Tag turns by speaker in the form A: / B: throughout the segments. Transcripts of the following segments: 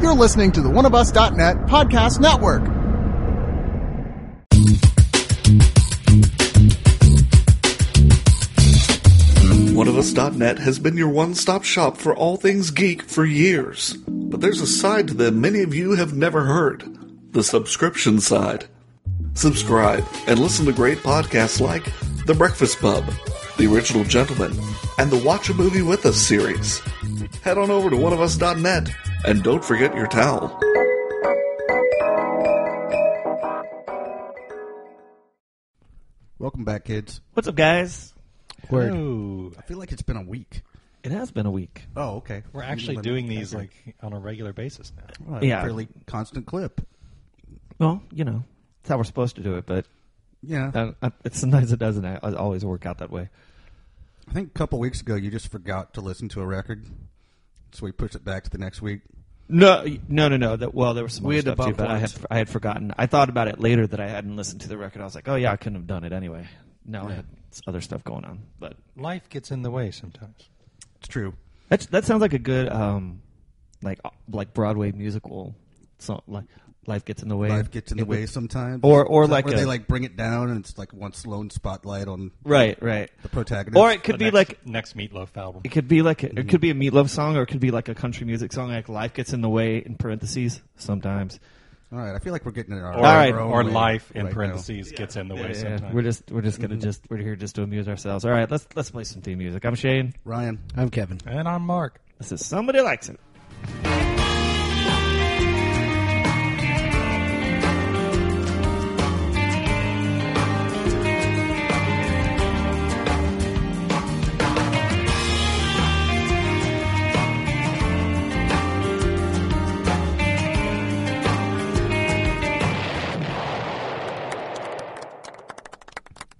A: You're listening to the oneofus.net podcast network.
B: OneOfUs.net has been your one stop shop for all things geek for years. But there's a side to them many of you have never heard the subscription side. Subscribe and listen to great podcasts like The Breakfast Pub, The Original Gentleman, and the Watch a Movie With Us series. Head on over to OneOfUs.net and don't forget your towel.
C: Welcome back, kids.
D: What's up, guys?
C: Word.
E: Ooh,
C: I feel like it's been a week.
D: It has been a week.
C: Oh, okay.
E: we're actually doing these like on a regular basis now.
C: Well,
D: Yeah.
C: fairly constant clip.
D: Well, you know, it's how we're supposed to do it, but
C: Yeah,
D: uh, uh, it's, sometimes it doesn't a- always work out that way.
C: I think a couple weeks ago you just forgot to listen to a record, so we pushed it back to the next week.
D: No, no, no, no. That, well, there was some
E: We
D: other
E: had to
D: stuff too,
E: bump
D: but I had
E: ones.
D: I had forgotten. I thought about it later that I hadn't listened to the record. I was like, oh yeah, I couldn't have done it anyway. No, I had s- other stuff going on. But
E: Life gets in the way sometimes.
C: It's true.
D: that's, that sounds like a good um, like uh, like Broadway musical. song. like life gets in the way.
C: Life gets in the
D: It would-
C: way sometimes,
D: Or- or
C: Is that
D: like
C: where
D: a-
C: they like bring it down, and it's like one lone spotlight on
D: Right, right.
C: the protagonist.
D: Or it could
E: The
D: be
E: next-
D: like
E: next Meatloaf album.
D: It could be like
E: Mm-hmm.
D: a, it could be a meatloaf song, or it could be like a country music song. Like life gets in the way in parentheses sometimes.
C: All right, I feel like we're getting it our,
E: Or,
D: All right.
C: our own
E: or
C: way
E: life in
C: right now. oh.
E: parentheses gets in the way sometimes. Mm-hmm.
D: We're just we're just gonna just we're here just to amuse ourselves. All right, let's let's play some theme music. I'm Shane.
C: Ryan,
F: I'm Kevin.
E: and I'm Mark.
D: This is somebody likes it.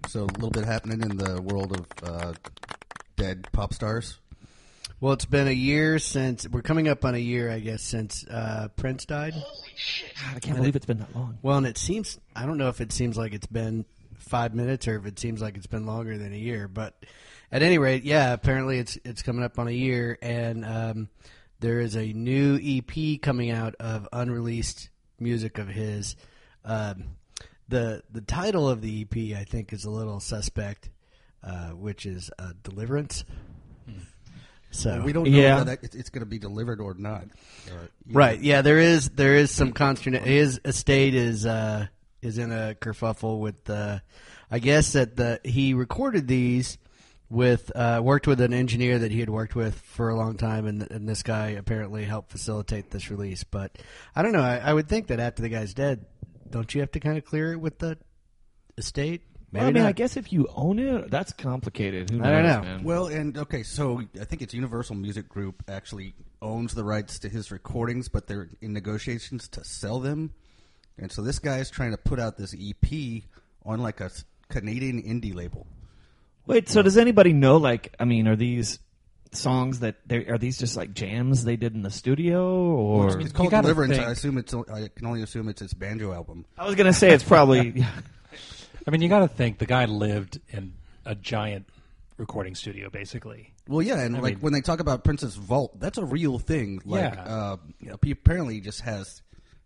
C: so a little bit happening in the world of uh, dead pop stars.
F: Well, it's been a year since we're coming up on a year, I guess, since uh, Prince died.
D: I can't believe it's been that long.
F: Well, and it seems I don't know if it seems like it's been five minutes or if it seems like it's been longer than a year, but at any rate, yeah, apparently it's it's coming up on a year, and um, there is a new EP coming out of unreleased music of his. Um, the The title of the EP, I think, is a little suspect, uh, which is uh, Deliverance. So
C: We don't know
D: Yeah.
C: whether that, it's, it's going to be delivered or not. Or-
F: Right. Yeah. There is. There is some consternation. His estate is uh, is in a kerfuffle with. Uh, I guess that the he recorded these with uh, worked with an engineer that he had worked with for a long time, and, and this guy apparently helped facilitate this release. But I don't know. I, I would think that after the guy's dead, don't you have to kind of clear it with the estate? Maybe
D: Well, I mean, I
F: not.
D: guess if you own it, that's complicated. Who knows,
F: I don't know.
D: man?
C: Well, and okay, so I think it's Universal Music Group actually owns the rights to his recordings, but they're in negotiations to sell them. And so this guy is trying to put out this EP on like a s- Canadian indie label.
D: Wait, so does anybody know? Like, I mean, are these songs that they are these just like jams they did in the studio, or
C: It's called
E: gotta
C: Deliverance.
E: think.
C: I assume it's. I can only assume it's his banjo album.
D: I was gonna say it's probably
E: I mean, you got to think the guy lived in a giant recording studio, basically.
C: Well, yeah, and like when they talk about Prince's Vault, that's a real thing. Like,
E: Yeah.
C: uh, he apparently just has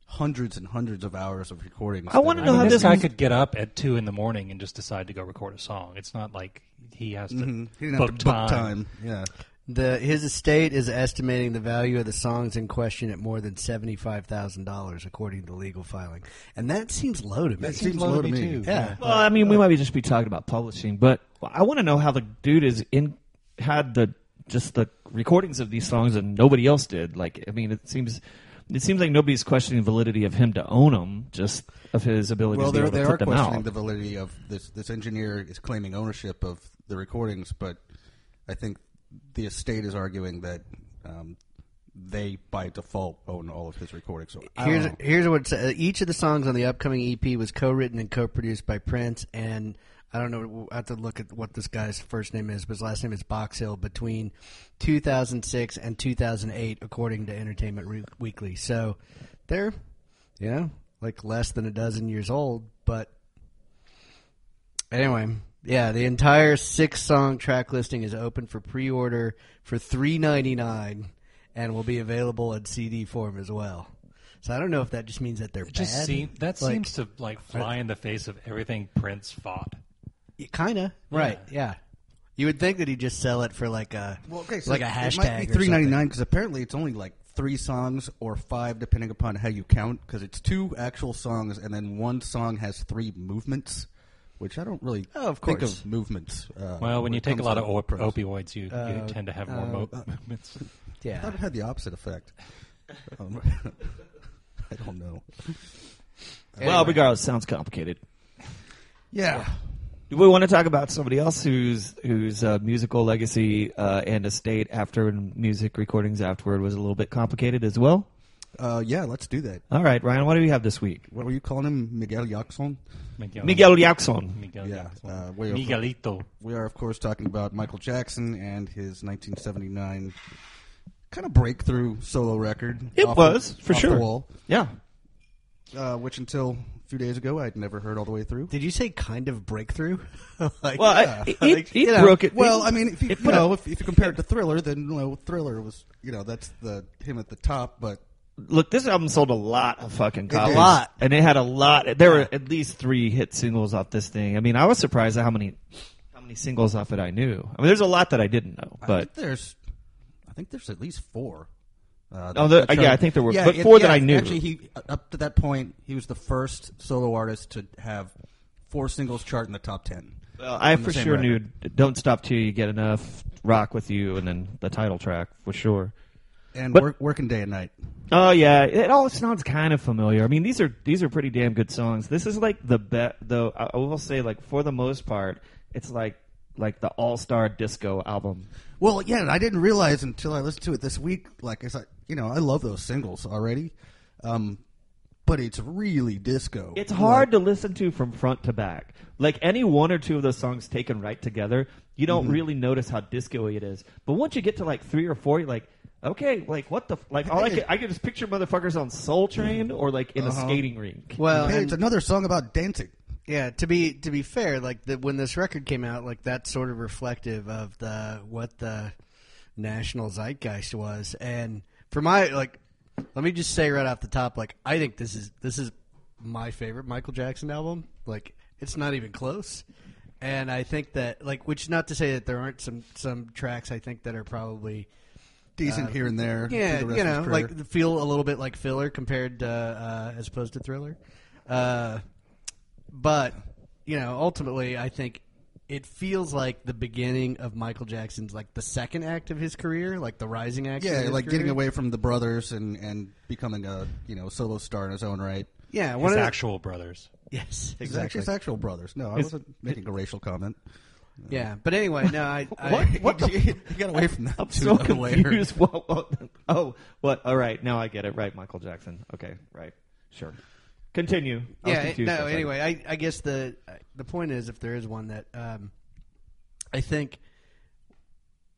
C: hundreds and hundreds of hours of recordings.
D: I
C: that
D: wanna
E: I
D: know
C: are-
E: mean,
D: how
E: this
D: this
E: guy
D: was-
E: could get up at two in the morning and just decide to go record a song. It's not like he has to
C: Mm-hmm. He didn't
E: book,
C: have to book time. Yeah.
F: The his estate is estimating the value of the songs in question at more than seventy five thousand dollars, according to legal filing, and that seems low to me.
C: seems low to me.
E: too.
F: yeah.
D: Well, I mean, we might be just be talking about publishing, but I want to know how the dude is in had the just the recordings of these songs and nobody else did. Like, I mean, it seems it seems like nobody's questioning the validity of him to own them, just of his ability
C: Well,
D: to
C: they're,
D: be able
C: they
D: to
C: are
D: put them
C: questioning
D: out.
C: the validity of this. This engineer is claiming ownership of the recordings, but I think the estate is arguing that um, they, by default, own all of his recordings. So I don't
F: Here's
C: know.
F: here's what it sa- each of the songs on the upcoming EP was co-written and co-produced by Prince and I don't know. I have to look at what this guy's first name is, but his last name is Box Hill. Between 2006 and 2008, according to Entertainment Re- Weekly, so they're you know like less than a dozen years old. But anyway, yeah, the entire six-song track listing is open for pre-order for 3.99 and will be available in CD form as well. So I don't know if that just means that they're
E: It just
F: bad.
E: seem, that
F: Like,
E: seems to like fly in the face of everything Prince fought.
F: kind of right. Yeah, you would think that he'd just sell it for like a like a hashtag.
C: It might be
F: or
C: three ninety
F: something.
C: nine because apparently it's only like three songs or five, depending upon how you count. Because it's two actual songs and then one song has three movements, which I don't really
F: Oh, of
C: think
F: course.
C: of movements. Uh,
E: Well, when you
C: it
E: take a
C: comes
E: lot
C: to
E: of op-
C: prose.
E: opioids, you, you tend to have more mo- movements.
C: I thought
F: Yeah,
C: it had the opposite effect. Um, I don't know.
D: Well, regardless, sounds complicated.
C: Yeah,
D: Do we want to talk about somebody else whose whose uh, musical legacy uh, and estate after and music recordings afterward was a little bit complicated as well?
C: uh, yeah. Let's do that.
D: All right, Ryan, what do we have this week?
C: What were you calling him, Miguel Jackson?
E: Miguel,
D: Miguel Jackson.
E: Miguel
C: Yeah,
E: Jackson.
C: uh, way over-
E: Miguelito.
C: We are, of course, talking about Michael Jackson and his 1979 kind of breakthrough solo record.
D: It
C: Off
D: was,
C: the-
D: for
C: Off the
D: sure.
C: Wall,
D: Yeah.
C: uh, which until a few days ago I'd never heard all the way through.
F: did you say kind of breakthrough? like,
D: Well, I-
F: yeah.
D: it- it
F: Like, you know,
D: broke it.
C: Well, I mean, if you,
D: It
C: you
D: put a-
C: know, if, if you compare it to Thriller, then you know, Thriller was, you know, that's the him at the top, but
D: Look, this album sold a lot of fucking copies.
C: did. A lot.
D: And it had a lot. There were at least three hit singles off this thing. I mean, I was surprised at how many how many singles off it I knew. I mean, there's a lot that I didn't know,
C: I
D: but
C: think there's, I think there's at least four. Uh,
D: Oh, there-
C: that
D: yeah, I think there were- but four that I knew.
C: Actually, he uh, up to that point, he was the first solo artist to have four singles chart in the top ten.
D: Well, I
C: on the
D: for
C: same
D: sure
C: record.
D: knew "Don't Stop Till You Get Enough," "Rock with You," and then the title track for sure.
C: and
D: But-
C: work, working day and night.
D: Oh yeah, it all sounds kind of familiar. I mean, these are these are pretty damn good songs. This is like the best, though. I I will say, like for the most part, it's like like the all star disco album.
C: Well, yeah, and I didn't realize until I listened to it this week. Like, it's like you know, I love those singles already, um, but it's really disco.
D: It's hard to listen to from front to back. Like any one or two of those songs taken right together, you
F: Mm-hmm.
D: don't really notice how disco it is. But once you get to like three or four, you're like, okay, like what the f- like all I could, I could just picture motherfuckers on Soul Train or like in
F: Uh-huh.
D: a skating rink.
F: well,
C: Hey,
F: and-
C: it's another song about dancing.
F: Yeah, to be to be fair, like the, when this record came out, like that's sort of reflective of the what the national zeitgeist was. And for my like, let me just say right off the top, like I think this is this is my favorite Michael Jackson album. Like it's not even close. And I think that like, which is not to say that there aren't some some tracks I think that are probably
D: Uh,
C: Decent here and there. through
F: yeah,
C: the rest
F: you
C: of his
F: know,
C: career.
F: like feel a little bit like filler compared to uh, as opposed to thriller. Uh, but you know, ultimately, I think it feels like the beginning of Michael Jackson's like the second act of his career, like the rising act. of
C: yeah,
F: his
C: like getting
F: career.
C: away from the brothers and and becoming a you know solo star in his own right.
F: Yeah, one
E: His
F: of the-
E: actual brothers.
F: yes,
C: It's actually
F: exactly.
C: his actual brothers. No, I wasn't making a racial comment.
F: Yeah, but anyway, no, I, I
D: What? What the-
C: he got away from that.
D: I'm
C: too,
D: so
C: though, later.
D: confused. What, what- oh, what? All right, now I get it. Right, Michael Jackson. Okay, right, sure. Continue. I was
F: yeah,
D: confused for a
F: no.
D: second.
F: Anyway, I, I guess the the point is, if there is one that um, I think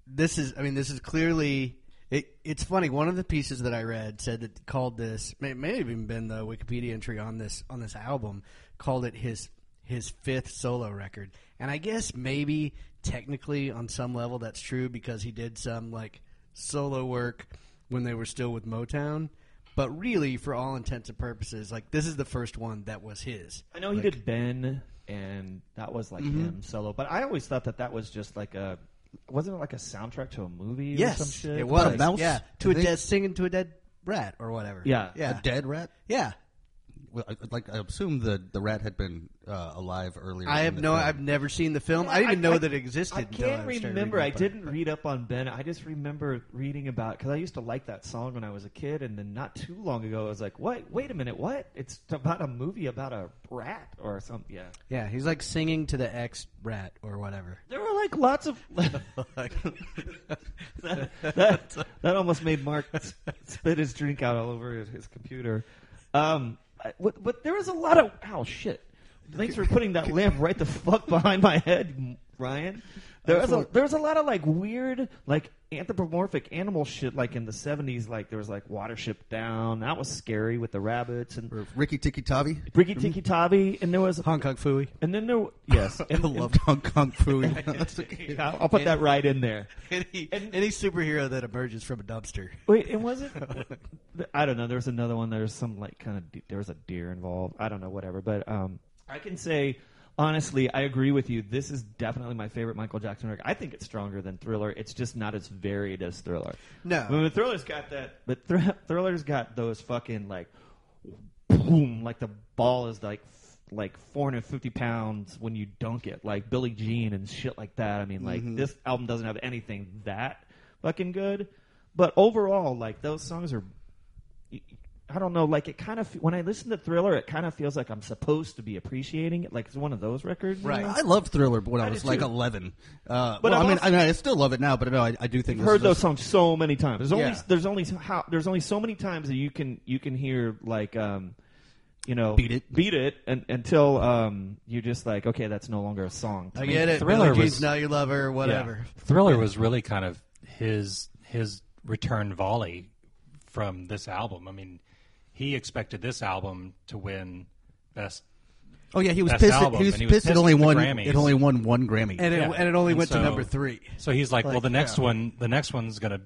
F: this is, I mean, this is clearly. It, it's funny. One of the pieces that I read said that called this may, may have even been the Wikipedia entry on this on this album called it his his fifth solo record, and I guess maybe technically on some level that's true because he did some like solo work when they were still with Motown. But really, for all intents and purposes, like this is the first one that was his.
D: I know he did Ben, and that was like
F: Mm-hmm.
D: him solo. But I always thought that that was just like a wasn't it like a soundtrack to a movie? or some shit?
F: it was.
C: A mouse?
F: Yeah, to
C: I
F: a
C: think-
F: dead singing to a dead rat or whatever.
D: Yeah.
F: yeah,
C: A dead rat.
F: yeah.
C: Well, I- like I assume the the rat had been uh, alive earlier.
F: I
C: in
F: have
C: the
F: no.
C: film.
F: I've never seen the film. I didn't even know that it existed.
D: I
F: until
D: can't
F: started
D: remember.
F: reading
D: I
F: about it.
D: didn't read up on Ben. I just remember reading about because I used to like that song when I was a kid, and then not too long ago, I was like, "What? Wait a minute, what? It's about a movie about a rat or something." Yeah,
F: Yeah, he's like singing to the ex rat or whatever.
D: there were like lots of that, that, that almost made Mark s- spit his drink out all over his, his computer. Um, I- what, what, there was a lot of ow shit. Thanks for putting that lamp right the fuck behind my head, Ryan. There was, a, there was a lot of like weird, like anthropomorphic animal shit, like in the seventies. Like there was like Watership Down. That was scary with the rabbits and
C: Or Ricky Tikki Tavi.
D: Ricky Tikki Tavi. And there was
F: Hong Kong Fooey.
D: and then there yes.
C: I loved Hong Kong Fooey. That's okay.
D: Yeah, I'll put that right in there.
F: Any, any superhero that emerges from a dumpster.
D: Wait, it wasn't. I don't know. There was another one. There was some like kind of. de- There was a deer involved. I don't know. Whatever. But um, I can say honestly, I agree with you. This is definitely my favorite Michael Jackson record. I think it's stronger than Thriller. It's just not as varied as Thriller.
F: No.
D: I mean, Thriller's got that, but thr- Thriller's got those fucking like, boom, like the ball is like. f- Like 450 pounds when you dunk it, like Billie Jean and shit like that. I mean, like this album doesn't have anything that fucking good, but overall, like those songs are I don't know. Like it kind of when I listen to Thriller, it kind of feels like I'm supposed to be appreciating it. Like it's one of those records, you
F: Right.
D: know?
C: I loved Thriller when I,
D: I
C: was
D: did
C: like
D: too.
C: eleven. Uh,
D: But
C: well, I
D: I'm
C: mean,
D: also-
C: I, mean, I still love it now, but no, I, I do think
D: I've
C: this
D: heard
C: is-
D: those songs so many times. There's only
C: Yeah.
D: there's only so- how there's only so many times that you can you can hear like um you know
C: Beat It.
D: beat it and, until um you're just like okay that's no longer a song.
F: I get
E: Thriller
F: it. Thriller Billie
E: was-
F: Jean's Now Your Lover, whatever.
E: Thriller was really kind of his his return volley from this album. I mean, he expected this album to win best.
C: Oh yeah, he was
E: Best
C: pissed.
E: album,
C: it, he was
E: and he was
C: pissed.
E: pissed
C: it only
E: at the
C: won.
E: Grammys.
C: It only won one Grammy.
F: And, it,
E: Yeah.
F: and it only
E: And
F: went
E: so-
F: to number three.
E: So he's like, well, the next
F: yeah.
E: one, the next one's gonna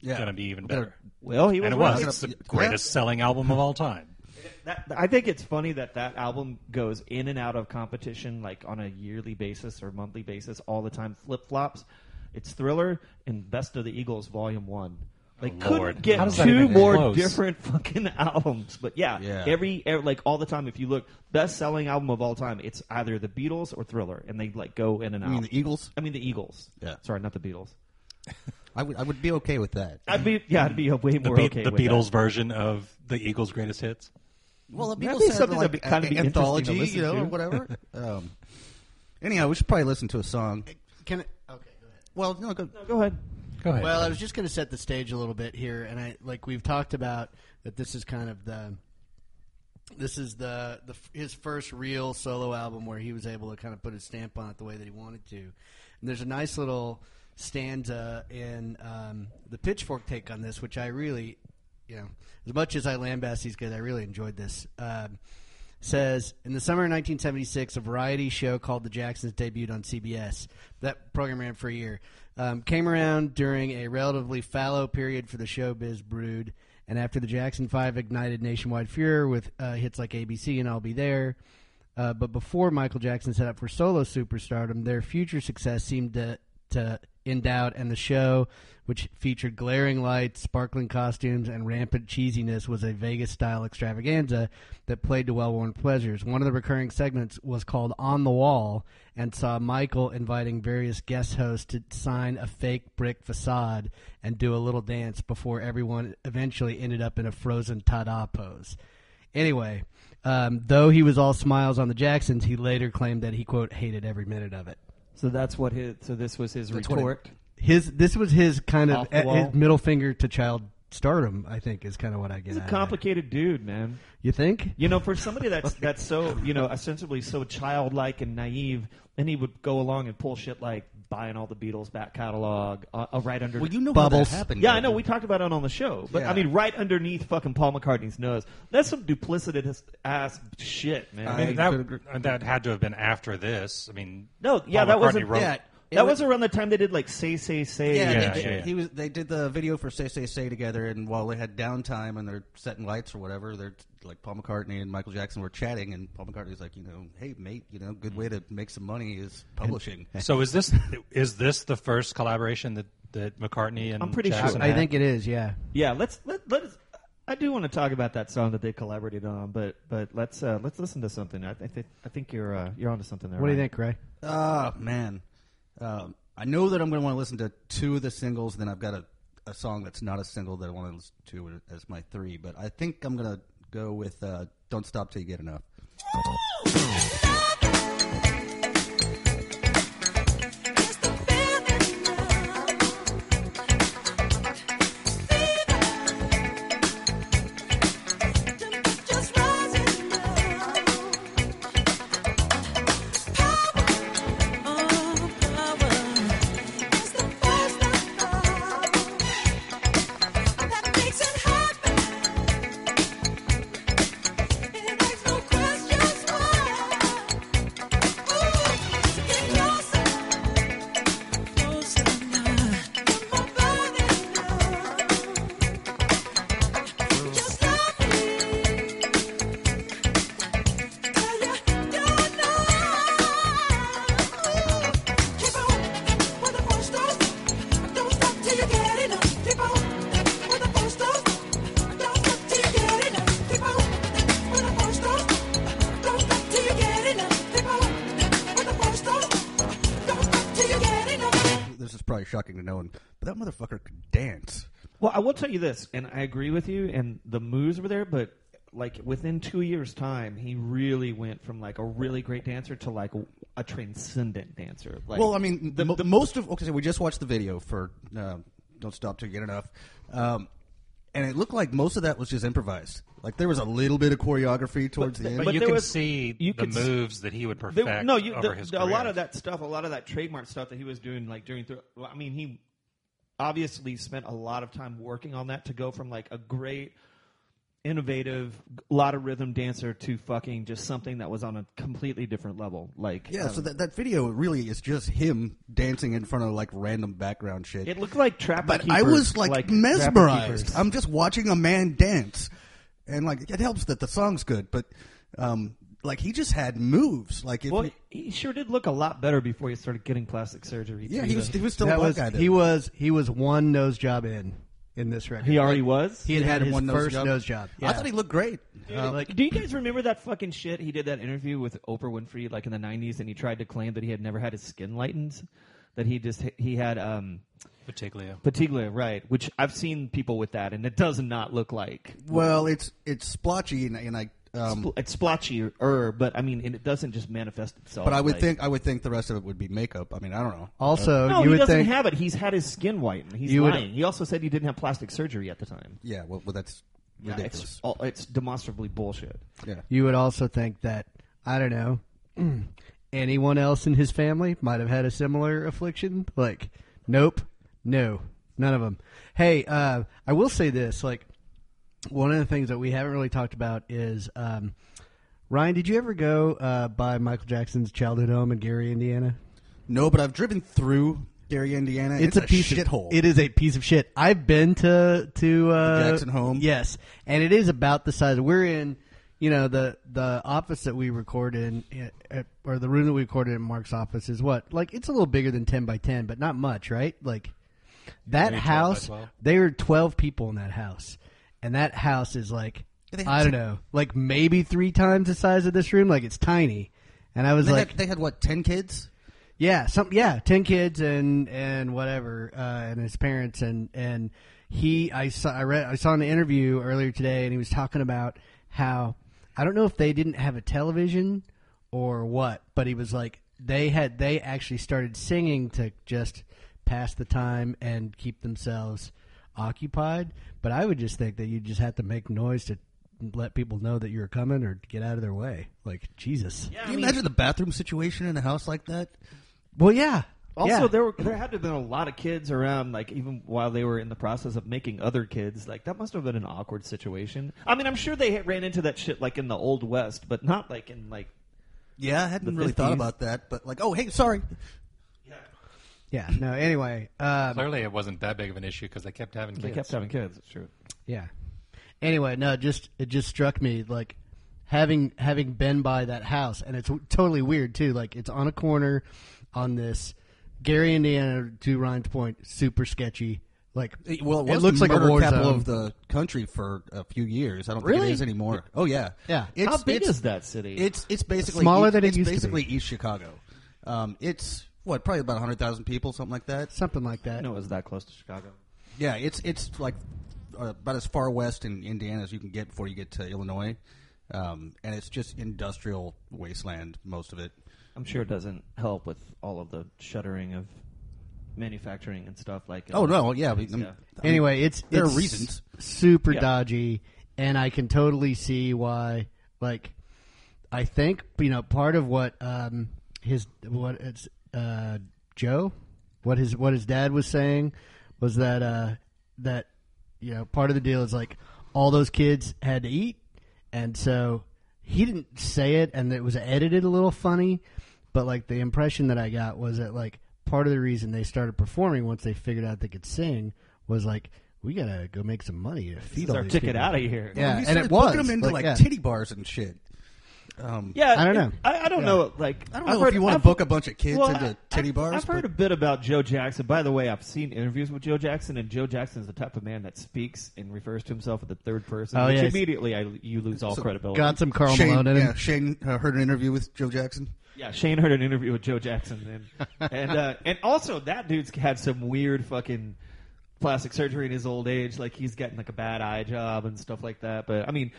C: Yeah.
E: gonna be even
C: Better-
E: better.
D: Well, he was
E: and it
D: right.
E: was. It's the
C: Yeah.
E: greatest selling album of all time.
D: That, I think it's funny that that album goes in and out of competition, like on a yearly basis or monthly basis, all the time. Flip flops. It's Thriller and Best of the Eagles Volume One. They couldn't
E: Oh, Lord. How
D: get
E: does that
D: two
E: even
D: more
E: close?
D: different fucking albums. But yeah,
C: Yeah.
D: Every, ev- like all the time. If you look, best selling album of all time, it's either the Beatles or Thriller, and they like go in and out.
C: I mean, the Eagles.
E: E-
D: I mean the Eagles.
C: Yeah.
D: Sorry, not the Beatles.
C: I would. I would be okay with that.
D: I'd be yeah, I'd be a way
E: The,
D: more
E: Be-
D: okay
E: the
D: with
E: Beatles version of the Eagles' greatest hits.
C: Well, the
D: That'd
C: Beatles
D: be
C: had
D: something
C: like
D: that'd be- kinda
C: a-
D: be interesting to
C: anthology,
D: listen
C: you know,
D: to.
C: or whatever. um, anyhow, we should probably listen to a song. Oh.
F: Can it, okay, go ahead.
C: Well, no, go,
D: That. Go ahead.
E: Go ahead.
F: Well, I was just going to set the stage a little bit here, and I like we've talked about that. This is kind of the this is the, the his first real solo album where he was able to kind of put his stamp on it the way that he wanted to. And there's a nice little stanza in um, the Pitchfork take on this, which I really, you know, as much as I lambast these guys, I really enjoyed this. Um, says in the summer of 1976, a variety show called The Jacksons debuted on CBS. That program ran for a year. Um, came around during a relatively fallow period for the showbiz brood, and after the Jackson Five ignited nationwide furor with uh, hits like ABC and I'll Be There. Uh, but before Michael Jackson set up for solo superstardom, their future success seemed to, to in doubt, and the show, which featured glaring lights, sparkling costumes, and rampant cheesiness, was a Vegas style extravaganza that played to well worn pleasures. One of the recurring segments was called On the Wall and saw Michael inviting various guest hosts to sign a fake brick facade and do a little dance before everyone eventually ended up in a frozen ta da pose. Anyway, um, though he was all smiles on the Jacksons, he later claimed that he quote hated every minute of it.
D: So that's what his. So this was his retort.
F: His this was his kind of e,
D: Off the wall.
F: his middle finger to child stardom. I think is kind of what I get.
D: He's a
F: out of it.
D: complicated dude, man.
F: You think?
D: You know, for somebody that's that's so you know ostensibly so childlike and naive, and he would go along and pull shit like buying all the Beatles back catalog uh, uh, right under.
C: well, you know
F: Bubbles.
C: how that happened.
D: yeah, I
C: Gavin.
D: know. We talked about it on the show, but
C: Yeah.
D: I mean, right underneath fucking Paul McCartney's nose. That's some duplicitous ass shit, man.
E: I mean,
C: I could agree.
E: that, that had to have been after this. I mean,
D: no, yeah,
E: Paul
D: that
E: McCartney
D: wasn't.
E: wrote-
C: yeah, it
D: that
C: was-
D: was around the time they did like say say say.
C: Yeah,
E: Yeah,
C: they did,
E: yeah, yeah.
C: he was. They did the video for "Say Say Say" together, and while they had downtime and they're setting lights or whatever, they're like Paul McCartney and Michael Jackson were chatting, and Paul McCartney's like, you know, hey mate, you know, good way to make some money is publishing.
E: So is this is this the first collaboration that, that McCartney and
D: I'm pretty sure.
E: Jackson
F: I
E: had?
F: think it is. Yeah.
D: Yeah, let's let let's. I do want to talk about that song that they collaborated on, but but let's uh, let's listen to something. I, I think I think you're uh, you're onto something there.
F: What do you
D: Ryan.
F: think, Ray?
C: Oh, man. Um, I know that I'm going to want to listen to two of the singles, then I've got a, a song that's not a single that I want to listen to as my three, but I think I'm going to go with uh, Don't Stop Till You Get Enough.
G: Oh, power.
C: shocking to no one. But that motherfucker could dance.
D: Well, I will tell you this, and I agree with you, and the moves were there, but like within two years' time, he really went from like a really great dancer to like a transcendent dancer. Like,
C: well, I mean, the, the most of okay. So we just watched the video for uh, "Don't Stop Till You Get Enough," um, and it looked like most of that was just improvised. Like there was a little bit of choreography towards the end.
E: But, you
D: there
E: can
D: was-
E: see
D: you
E: the
D: could s-
E: moves that he would
D: They-
E: perfect
D: no, you,
E: over
D: the-
E: his
D: the- a
E: career.
D: lot of that stuff, a lot of that trademark stuff that he was doing, like during through. well, I mean, he obviously spent a lot of time working on that to go from like a great, innovative, lot of rhythm dancer to fucking just something that was on a completely different level. Like,
C: yeah, so that, that video really is just him dancing in front of like random background shit.
D: it looked like trapper.
C: but I
D: keepers,
C: was like,
D: trapper
C: mesmerized.
D: keepers.
C: I'm just watching a man dance, and like it helps that the song's good, but um, like he just had moves. Like if
D: Well,
C: you-
D: he sure did look a lot better before he started getting plastic surgery.
C: yeah,
D: too,
C: he was
D: though.
C: he was still a
F: that
C: black
F: was
C: guy. Then.
F: he was he was one nose job in in this record.
D: He already was.
F: he had had his
C: one
F: first nose job. Yeah.
C: I thought he looked great. Um,
F: Uh, like
D: Do you guys remember that fucking shit? He did that interview with Oprah Winfrey like in the '90s, and he tried to claim that he had never had his skin lightened, that he just he had um,
E: Batiglia.
D: patiglia, right? Which I've seen people with that, and it does not look like
C: Well, it's it's splotchy, and, and I. Um,
D: spl- it's splotchy or, but I mean, and it doesn't just manifest itself.
C: but I would
D: like-
C: think I would think the rest of it would be makeup. I mean, I don't know.
F: also
D: No,
F: you
D: he
F: would
D: doesn't
F: think
D: have it. He's had his skin whitened. He's
F: You would-
D: lying. he also said he didn't have plastic surgery at the time.
C: Yeah, well, well that's
D: Yeah,
C: ridiculous.
D: it's all, it's demonstrably bullshit.
C: Yeah,
F: you would also think that I don't know anyone else in his family might have had a similar affliction. Like, nope, no, none of them. Hey, uh, I will say this: like, one of the things that we haven't really talked about is um, Ryan. Did you ever go uh, by Michael Jackson's childhood home in Gary, Indiana?
C: no, but I've driven through Gary, Indiana. It's, a,
F: piece of
C: shithole.
F: It is a piece of shit. I've been to to uh,
C: The Jackson home?
F: Yes, and it is about the size. We're in, you know, the the office that we record in, at- at, or the room that we recorded in Mark's office is what like it's a little bigger than ten by ten, but not much, right? Like that
E: Maybe 12 by
F: house.
E: 12?
F: There are twelve people in that house, and that house is like
C: Do they have
F: I don't
C: t-
F: know, like maybe three times the size of this room. Like it's tiny, and I was
C: They,
F: like,
C: had, they had what ten kids?
F: yeah, some yeah, ten kids and and whatever, uh, and his parents and and he I saw I read I saw an interview earlier today and he was talking about how I don't know if they didn't have a television or what, but he was like they had they actually started singing to just pass the time and keep themselves occupied. But I would just think that you just have to make noise to let people know that you're coming or get out of their way. Like Jesus.
D: Yeah,
C: Can you imagine the bathroom situation in a house like that?
F: Well, yeah.
D: Also,
F: yeah.
D: there were, there had to have been a lot of kids around, like even while they were in the process of making other kids. Like that must have been an awkward situation. I mean, I'm sure they had- ran into that shit like in the old west, but not like in like.
C: Yeah, I hadn't
D: The
C: really thought
D: 50s.
C: about that. But like, oh, hey, sorry.
F: Yeah. No. Anyway. Um,
E: Clearly, it wasn't that big of an issue because they kept having kids.
D: They kept having kids. It's true.
F: yeah. Anyway. No. Just it just struck me like having having been by that house, and it's w- totally weird too. Like it's on a corner on this Gary, Indiana. To Ryan's point, super sketchy. Like
C: It- Well, it,
F: It
C: was
F: looks
C: the
F: like a
C: murder
F: war
C: capital
F: zone.
C: of the country for a few years. I don't think
F: Really?
C: it is anymore. Oh yeah,
F: Yeah.
C: It's,
D: How big
C: it's-
D: is that city?
C: It's it's basically
F: Smaller
C: East-
F: than it
C: it's
F: used to be.
C: basically East Chicago. Um, it's what probably about hundred thousand people, something like that.
F: something like that.
D: I know it was that close to Chicago.
C: Yeah, it's it's like uh, about as far west in Indiana as you can get before you get to Illinois, um, and it's just industrial wasteland most of it.
D: I'm sure it doesn't help with all of the shuttering of manufacturing and stuff like.
C: Oh no, yeah. I mean,
D: Yeah.
F: Anyway, it's
C: there are
F: it's
C: reasons.
F: Super
D: Yeah.
F: dodgy, and I can totally see why. Like, I think you know part of what um his what it's uh Joe, what his what his dad was saying was that uh that you know part of the deal is like all those kids had to eat, and so he didn't say it, and it was edited a little funny, but like the impression that I got was that like part of the reason they started performing once they figured out they could sing was like we gotta go make some money to feed
D: It's
F: all
D: our
F: these
D: ticket
F: people.
D: out of here.
F: Yeah,
C: You
F: and
C: started
F: it was
C: poking them into like,
F: yeah.
C: titty bars and shit. Um,
D: Yeah,
F: I don't
D: it-
F: know.
D: I, I don't know. Like,
C: I don't
D: I've
C: know
D: heard,
C: if you want to
D: I've-
C: book a bunch of kids
D: well, I-
C: into titty
D: I've-
C: bars.
D: I've heard
C: but-
D: a bit about Joe Jackson. By the way, I've seen interviews with Joe Jackson, and Joe Jackson is the type of man that speaks and refers to himself in the third person.
F: Oh,
D: which
F: yeah, he's-
D: immediately I, you lose all credibility.
F: Got some Carl
C: Shane,
F: Malone in him.
C: yeah, Shane uh, heard an interview with Joe Jackson.
D: Yeah, Shane heard an interview with Joe Jackson, and and uh, and also that dude's had some weird fucking plastic surgery in his old age. Like he's gotten like a bad eye job and stuff like that. But I mean,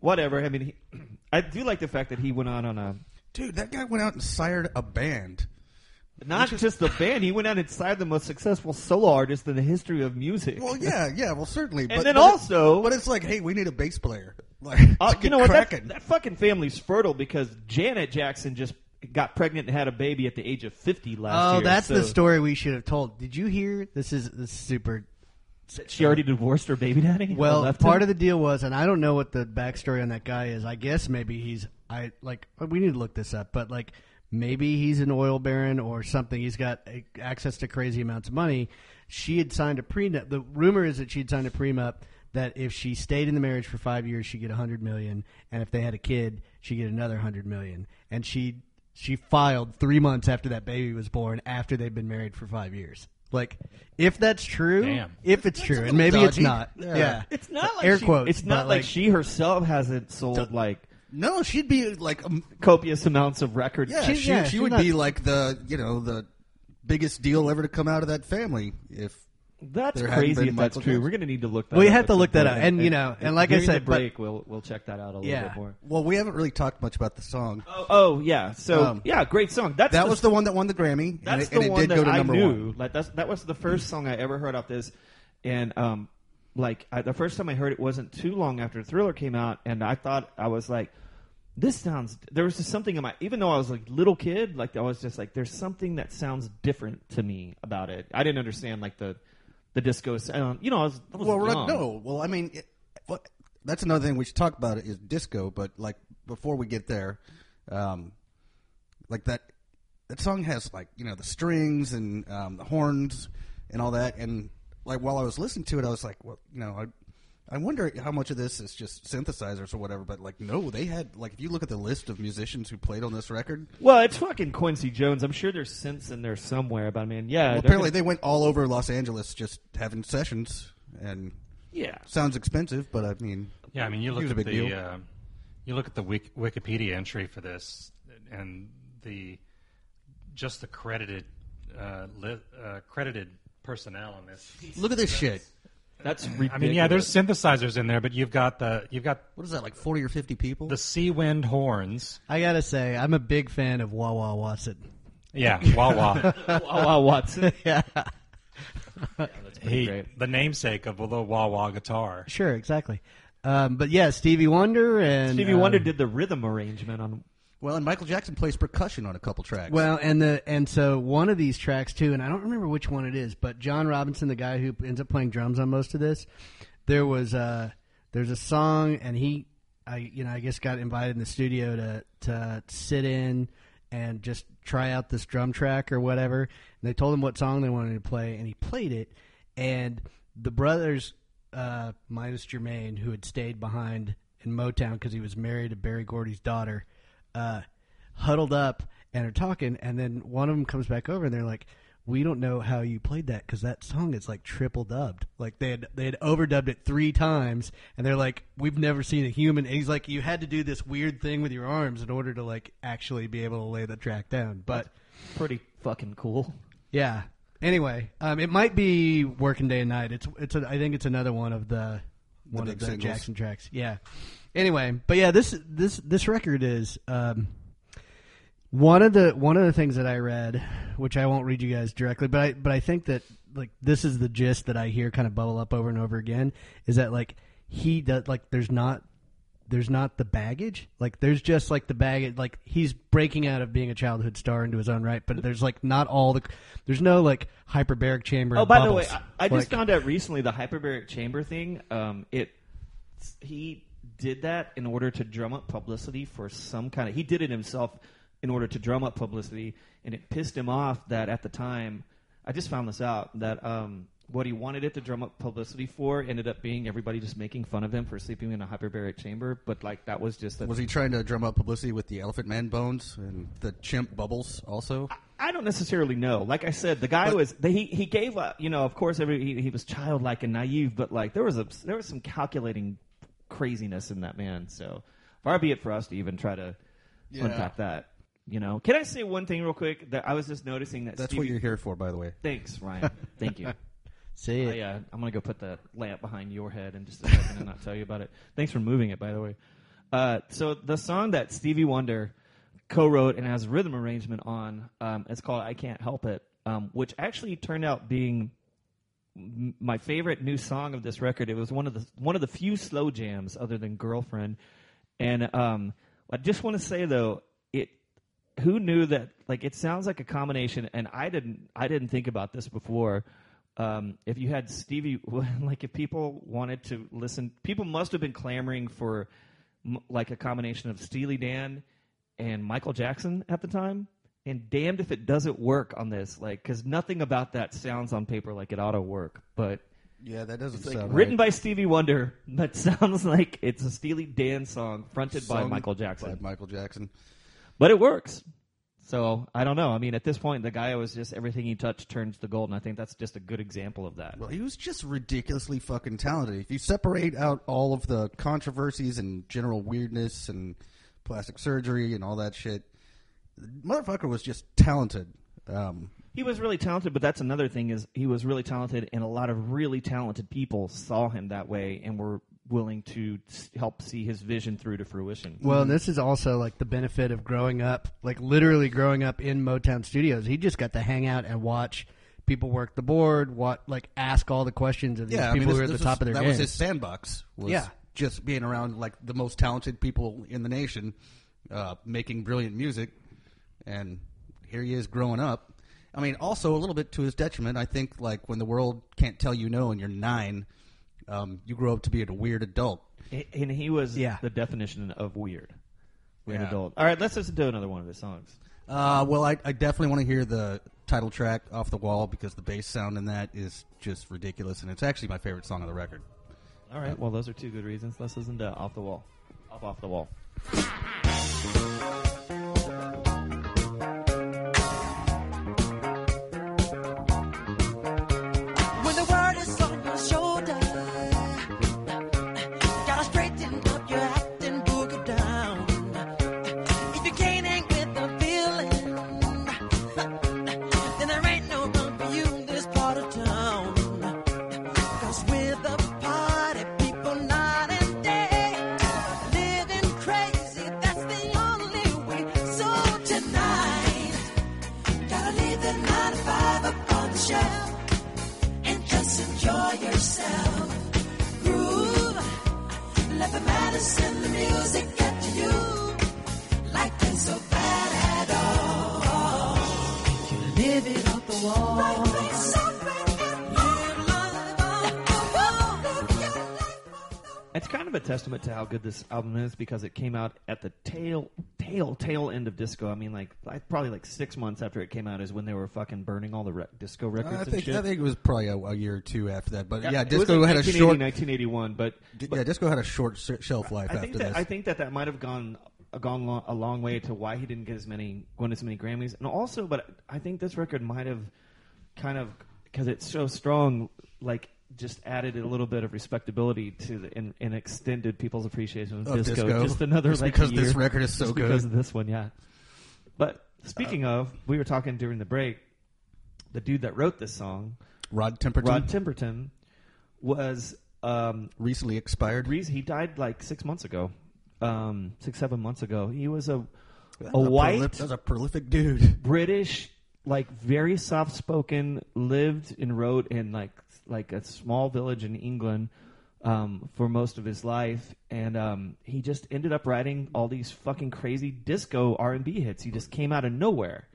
D: whatever. I mean, he, I do like the fact that he went on on a
C: Dude, that guy went out and sired a band.
D: not just, the band. He went out and signed the most successful solo artist in the history of music.
C: Well, yeah, yeah, well, certainly.
D: And then also-
C: but it's like, hey, we need a bass player. Like,
D: Uh,
C: it's
D: you know what? That,
C: cracking.
D: that fucking family's fertile because Janet Jackson just got pregnant and had a baby at the age of fifty last
F: Oh,
D: year.
F: that's
D: so
F: the story we should have told. Did you hear? This is this is super.
D: She already divorced her baby daddy.
F: Well,
D: Left
F: part
D: him?
F: of the deal was, and I don't know what the backstory on that guy is. I guess maybe he's I like we need to look this up, but like maybe he's an oil baron or something. He's got uh, access to crazy amounts of money. She had signed a prenup. The rumor is that she'd signed a prenup that if she stayed in the marriage for five years, she'd get a hundred million, and if they had a kid, she'd get another hundred million. And she she filed three months after that baby was born, after they'd been married for five years. Like, if that's true,
E: Damn.
F: if it's true,
C: a
F: and
C: little
F: maybe it's
C: dodgy.
F: not,
C: Yeah.
F: yeah.
D: It's not like
F: air
D: she,
F: quotes.
D: It's not
F: but,
D: like, she herself hasn't sold like
C: no, she'd be like, um,
D: copious amounts of records.
C: yeah,
F: She-
C: she,
F: yeah,
C: she
F: she's
C: would
F: not-
C: be like the, you know, the biggest deal ever to come out of that family. If
D: that's
C: There hadn't
D: crazy.
C: been
D: If that's
C: Michael
D: true,
C: Jackson.
D: we're gonna need to look. that
F: We
D: up
F: have
D: at
F: to
D: some
F: look that
D: point.
F: up. And, you know, and like I
D: during the
F: said, but-
D: break we'll we'll check that out a little
F: Yeah.
D: bit more.
C: well, we haven't really talked much about the song.
D: Oh, oh yeah, so
C: Um,
D: yeah, great song. That's
C: that
D: the,
C: was the one that won the Grammy, and
D: That's
C: it,
D: the
C: and it
D: one
C: did
D: that
C: go to
D: I
C: number
D: knew.
C: one.
D: Like that's that was the first song I ever heard off this, and um, like I, the first time I heard it wasn't too long after Thriller came out, and I thought I was like, this sounds. There was just something in my even though I was like little kid, like I was just like, there's something that sounds different to me about it. I didn't understand like the the disco sound. Um, You know, I was, I was
C: Well,
D: young.
C: right, no. Well, I mean, it, well, that's another thing we should talk about is disco. But like before we get there, um, like that that song has like you know the strings and um, the horns and all that. And like while I was listening to it, I was like, well, you know, I I wonder how much of this is just synthesizers or whatever. But like, no, they had like if you look at the list of musicians who played on this record,
D: Well, it's fucking Quincy Jones. I'm sure there's sense in there somewhere, but I mean,
C: well,
D: yeah, they're
C: apparently
D: gonna-
C: they went all over Los Angeles just having sessions and.
D: yeah.
C: Sounds expensive, but I mean,
E: Yeah, I mean, you
C: He
E: look
C: was a
E: at
C: big
E: the
C: deal.
E: uh, you look at the Wik- Wikipedia entry for this, and the just the credited uh, li- uh, credited personnel on this.
C: look at this shit.
D: That's ridiculous.
E: I mean, yeah, there's synthesizers in there, but you've got the you've got
C: What is that like? Forty or fifty people?
E: the sea wind horns.
F: I gotta say, I'm a big fan of Wawa Watson.
E: Yeah, wah wah.
D: Wawa Watson.
F: yeah,
E: he,
D: great.
E: the namesake of the wah wah guitar.
F: sure, exactly. Um, but yeah, Stevie Wonder and
D: Stevie
F: um,
D: Wonder did the rhythm arrangement on.
C: well, and Michael Jackson plays percussion on a couple tracks.
F: Well, and the and so one of these tracks too, and I don't remember which one it is, but John Robinson, the guy who ends up playing drums on most of this, there was uh there's a song, and he, I you know I guess got invited in the studio to to sit in and just try out this drum track or whatever. And they told him what song they wanted to play, and he played it, and the brothers uh, minus Jermaine, who had stayed behind in Motown because he was married to Barry Gordy's daughter. Uh, huddled up and are talking, and then one of them comes back over and they're like, "We don't know how you played that because that song is like triple dubbed. Like they had they had overdubbed it three times, and they're like, "We've never seen a human." And he's like, "You had to do this weird thing with your arms in order to like actually be able to lay the track down." But
D: Pretty fucking cool.
F: yeah. Anyway, um, it might be working day and night. It's it's a, I think it's another one of the one
C: big
F: of the
C: singles.
F: Jackson tracks. Yeah. Anyway, but yeah, this this this record is um, one of the one of the things that I read, which I won't read you guys directly, but I but I think that like this is the gist that I hear kind of bubble up over and over again is that like he does like there's not there's not the baggage like there's just like the baggage like he's breaking out of being a childhood star into his own right but there's like not all the there's no like hyperbaric chamber
D: Oh,
F: and
D: by the way,
F: bubbles.
D: I, I
F: Like,
D: just found out recently the hyperbaric chamber thing. Um, it he did that in order to drum up publicity for some kind of. He did it himself in order to drum up publicity, and it pissed him off that at the time. I just found this out that um, what he wanted it to drum up publicity for ended up being everybody just making fun of him for sleeping in a hyperbaric chamber. But like that was just a,
C: Was he trying to drum up publicity with the Elephant Man bones and the chimp bubbles also?
D: I don't necessarily know. Like I said, the guy was the, he he gave up. You know, of course, every he, he was childlike and naive, but like there was a there was some calculating craziness in that man. So far be it for us to even try to unpack that. You know, can I say one thing real quick? That I was just noticing that
C: That's
D: Stevie,
C: what you're here for, by the way.
D: Thanks, Ryan. Thank you.
F: See
D: I,
F: it.
D: uh, I'm gonna go put the lamp behind your head in just a second and not tell you about it. Thanks for moving it, by the way. Uh, so the song that Stevie Wonder co-wrote and has a rhythm arrangement on um, is called "I Can't Help It," um, which actually turned out being m- my favorite new song of this record. It was one of the one of the few slow jams other than "Girlfriend." And um, I just want to say though, it who knew that like it sounds like a combination and i didn't i didn't think about this before um, if you had stevie like if people wanted to listen people must have been clamoring for m- like a combination of steely dan and michael jackson at the time and damned if it doesn't work on this like because nothing about that sounds on paper like it ought to work but
C: Yeah, that doesn't sound
D: written by stevie wonder that sounds like it's a steely dan song fronted by michael jackson
C: By Michael Jackson.
D: but it works. So I don't know. I mean, at this point, the guy was just everything he touched turns to gold, and I think that's just a good example of that.
C: Well, he was just ridiculously fucking talented. If you separate out all of the controversies and general weirdness and plastic surgery and all that shit, the motherfucker was just talented. Um,
D: He was really talented, but that's another thing is he was really talented, and a lot of really talented people saw him that way and were willing to s- help see his vision through to fruition.
F: Well,
C: Mm-hmm.
F: and this is also like the benefit of growing up, like literally growing up in Motown Studios. He just got to hang out and watch people work the board, what like ask all the questions of these
C: yeah, I mean,
F: people
C: this-
F: who are at the
C: this
F: top
C: was-
F: of their
C: that
F: game.
C: was his sandbox. Was
F: Yeah.
C: just being around like the most talented people in the nation, uh, making brilliant music, and here he is growing up. I mean, also a little bit to his detriment. I think like when the world can't tell you no and you're nine, um, you grow up to be a weird adult.
D: A- And he was
F: Yeah.
D: the definition of weird. Weird
C: Yeah.
D: adult. All right, let's listen to another one of his songs.
C: Uh, well, I, I definitely want to hear the title track off the wall because the bass sound in that is just ridiculous, and it's actually my favorite song on the record.
D: All right, well, those are two good reasons. Let's listen to Off the Wall. Off, off the Wall.
G: When the world is on your shoulder, gotta straighten up your act and book it down. If you can't hang with the feeling, then there ain't no room for you in this part of town. Cause we're the party people night and day. Living crazy, that's the only way. So tonight, gotta leave the 9 to 5 up on the shelf and just enjoy yourself. Groove, let the medicine, the music get to you. Life ain't so bad at all. You live it on the wall. Life ain't so bad at all. Live your life on the wall.
D: It's kind of a testament to how good this album is because it came out at the tail, tail, tail end of disco. I mean, like, like probably like six months after it came out is when they were fucking burning all the rec- disco records.
C: Uh, I
D: and
C: think
D: shit.
C: I think it was probably a, a year or two after that, but yeah,
D: it was
C: disco
D: like
C: had a
D: 1980,
C: short.
D: 1981, but
C: Yeah, disco had a short s- shelf life
D: I
C: after
D: think that
C: this.
D: I think that that might have gone uh, gone lo- a long way to why he didn't get as many won as many Grammys, and also, but I think this record might have kind of because it's so strong, like just added a little bit of respectability to the and, and extended people's appreciation of,
C: Of
D: disco.
C: disco.
D: Just another
C: Just
D: like
C: because this
D: year.
C: record is so
D: Just
C: good. Uh,
D: because of this one, yeah. But speaking of, we were talking during the break. The dude that wrote this song,
C: Rod Temperton
D: Rod Temperton, was um,
C: recently expired.
D: reason he died like six months ago, um, six seven months ago. He was a
C: That's
D: a white
C: prolif- that's a prolific dude.
D: British, like very soft spoken, lived and wrote in like like a small village in England um, for most of his life, and um, he just ended up writing all these fucking crazy disco R and B hits. He just came out of nowhere,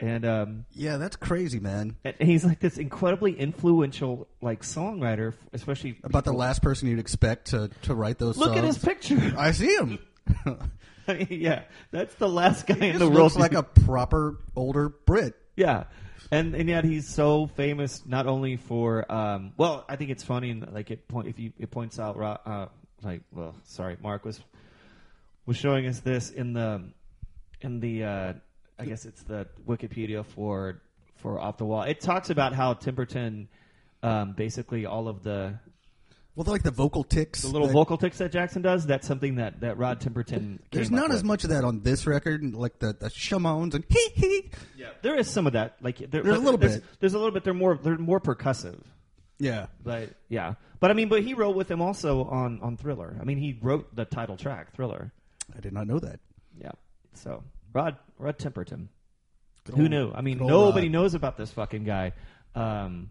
D: and um,
C: Yeah, that's crazy, man.
D: and he's like this incredibly influential like songwriter, especially
C: About the last person you'd expect to, to write those.
D: Look at his
C: songs.
D: picture.
C: I see him.
D: yeah, that's the last guy in
C: This
D: the world.
C: looks like a proper older Brit.
D: Yeah. And and yet he's so famous not only for um, well I think it's funny and like it point if you it points out Ro- uh, like well sorry Mark was was showing us this in the in the uh, I guess it's the Wikipedia for for off the wall it talks about how Timberton um, basically all of the
C: Well, they're like the vocal ticks.
D: the little
C: that-
D: vocal ticks that Jackson does that's something that that Rod Timberton
C: There's
D: came up
C: not as
D: with.
C: much of that on this record, like the, the shamones and hee hee.
D: there is some of that like there,
C: There's a little
D: there's,
C: bit.
D: there's a little bit they're more they're more percussive
C: Yeah.
D: But yeah, but I mean, but he wrote with him also on on Thriller. I mean, he wrote the title track Thriller.
C: I did not know that.
D: Yeah. So Rod Rod Temperton.
C: Good
D: Who
C: old-
D: knew? I mean,
C: good old
D: nobody
C: Rod.
D: knows about this fucking guy. Um,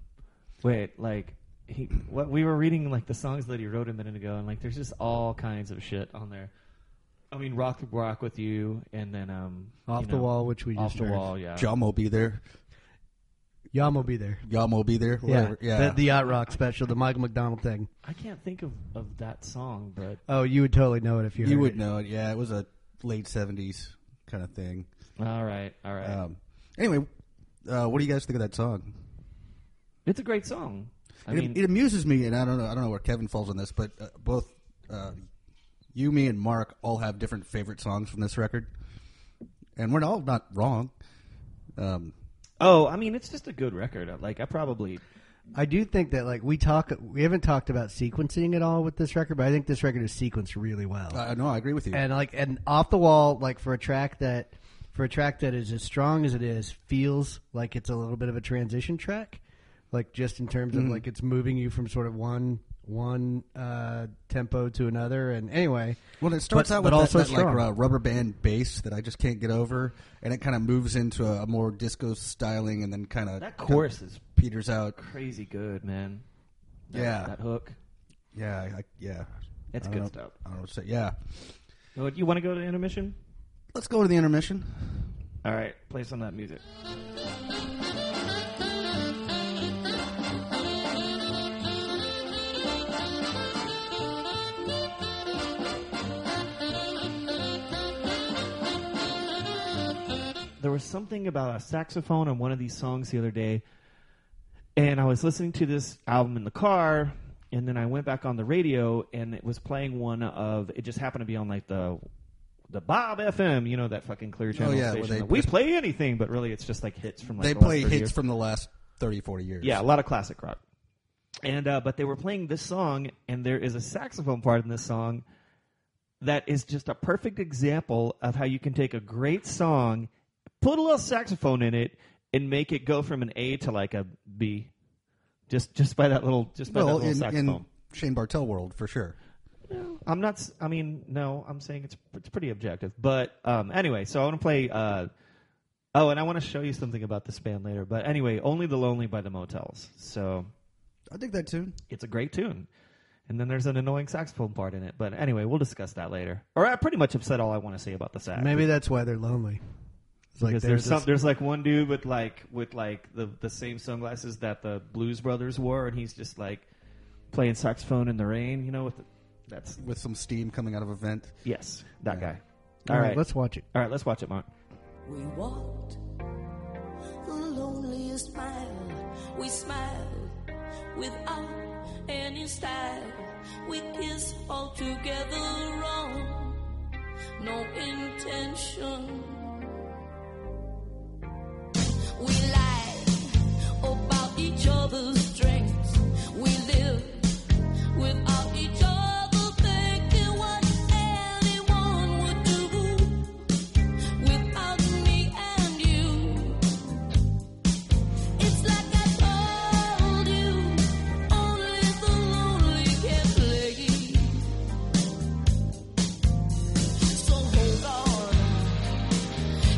D: wait, like he what we were reading like the songs that he wrote a minute ago, and like there's just all kinds of shit on there. I mean, rock rock with you, and then um,
F: Off
D: you
F: the Wall, which we
D: off
F: just
D: the
F: heard.
D: wall, yeah.
C: Jum will be there.
F: Yam will be there.
C: Yum will be there. Whatever. Yeah.
F: The, the Yacht Rock special, the Michael McDonald thing.
D: I can't think of of that song, but
F: Oh, you would totally know it if you.
C: you
F: heard
C: would
F: it.
C: know it. Yeah, it was a late '70s kind of thing.
D: all right, all right.
C: Um, anyway, uh, what do you guys think of that song?
D: it's a great song. I
C: it,
D: mean,
C: it amuses me, and I don't know. I don't know where Kevin falls on this, but uh, both uh, you, me, and Mark all have different favorite songs from this record, and we're all not wrong. Um,
D: Oh, I mean, it's just a good record. Uh, Like, I probably
F: I do think that like we talk, we haven't talked about sequencing at all with this record, but I think this record is sequenced really well.
C: I no, I agree with you.
F: and like and off the wall like for a track that for a track that is as strong as it is feels like it's a little bit of a transition track like just in terms of like it's moving you from sort of one one uh tempo to another and anyway
C: Well, it starts
F: but-
C: out
F: but
C: with that,
F: also
C: that, like
F: strong.
C: uh, rubber band bass that I just can't get over, and it kind of moves into a, a more disco styling, and then kind of
D: that chorus is
C: peters out.
D: crazy good, man. That,
C: Yeah.
D: that hook.
C: Yeah, I, I- yeah,
D: It's
C: I don't
D: good
C: know-
D: stuff.
C: I don't know what to say. Yeah,
D: Oh, do you want to go to intermission?
C: let's go to the intermission.
D: All right, play some of that music. There was something about a saxophone on one of these songs the other day, and I was listening to this album in the car, and then I went back on the radio, and it was playing one of. It just happened to be on like the the Bob FM, you know that fucking clear channel
C: Oh, yeah, where
D: station.
C: they
D: that we
C: just-
D: play anything, but really it's just like hits from like
C: They
D: the last
C: play
D: 30
C: hits
D: years.
C: from the last 30, 40 years.
D: Yeah, a lot of classic rock. And uh, but they were playing this song, and there is a saxophone part in this song that is just a perfect example of how you can take a great song, put a little saxophone in it, and make it go from an A to like a B, just just by that little just by
C: well,
D: that little
C: in,
D: saxophone.
C: in Shane Bartell world for sure.
D: I'm not. s- I mean, no. I'm saying it's it's pretty objective. But um, anyway, so I want to play. Uh, oh, and I want to show you something about this band later. But anyway, "Only the Lonely" by the Motels. So
C: I dig that tune.
D: it's a great tune. And then there's an annoying saxophone part in it. But anyway, we'll discuss that later. Or I pretty much have said all I want to say about the sax.
F: maybe that's why they're lonely it's like
D: because
F: there's,
D: there's
F: this-
D: some, there's like one dude with like with like the the same sunglasses that the Blues Brothers wore, and he's just like playing saxophone in the rain. You know, with the, that's
C: with some steam coming out of a vent.
D: yes, that guy.
F: all right,
D: right.
F: let's watch it
D: All right, let's watch it, Mark.
G: We walked the loneliest mile. We smiled without any style. We kissed all together wrong, no intention. We lied about each other's strengths. We lived without each other thinking what anyone would do without me and you. It's like I told you, only the lonely can play. So hold on,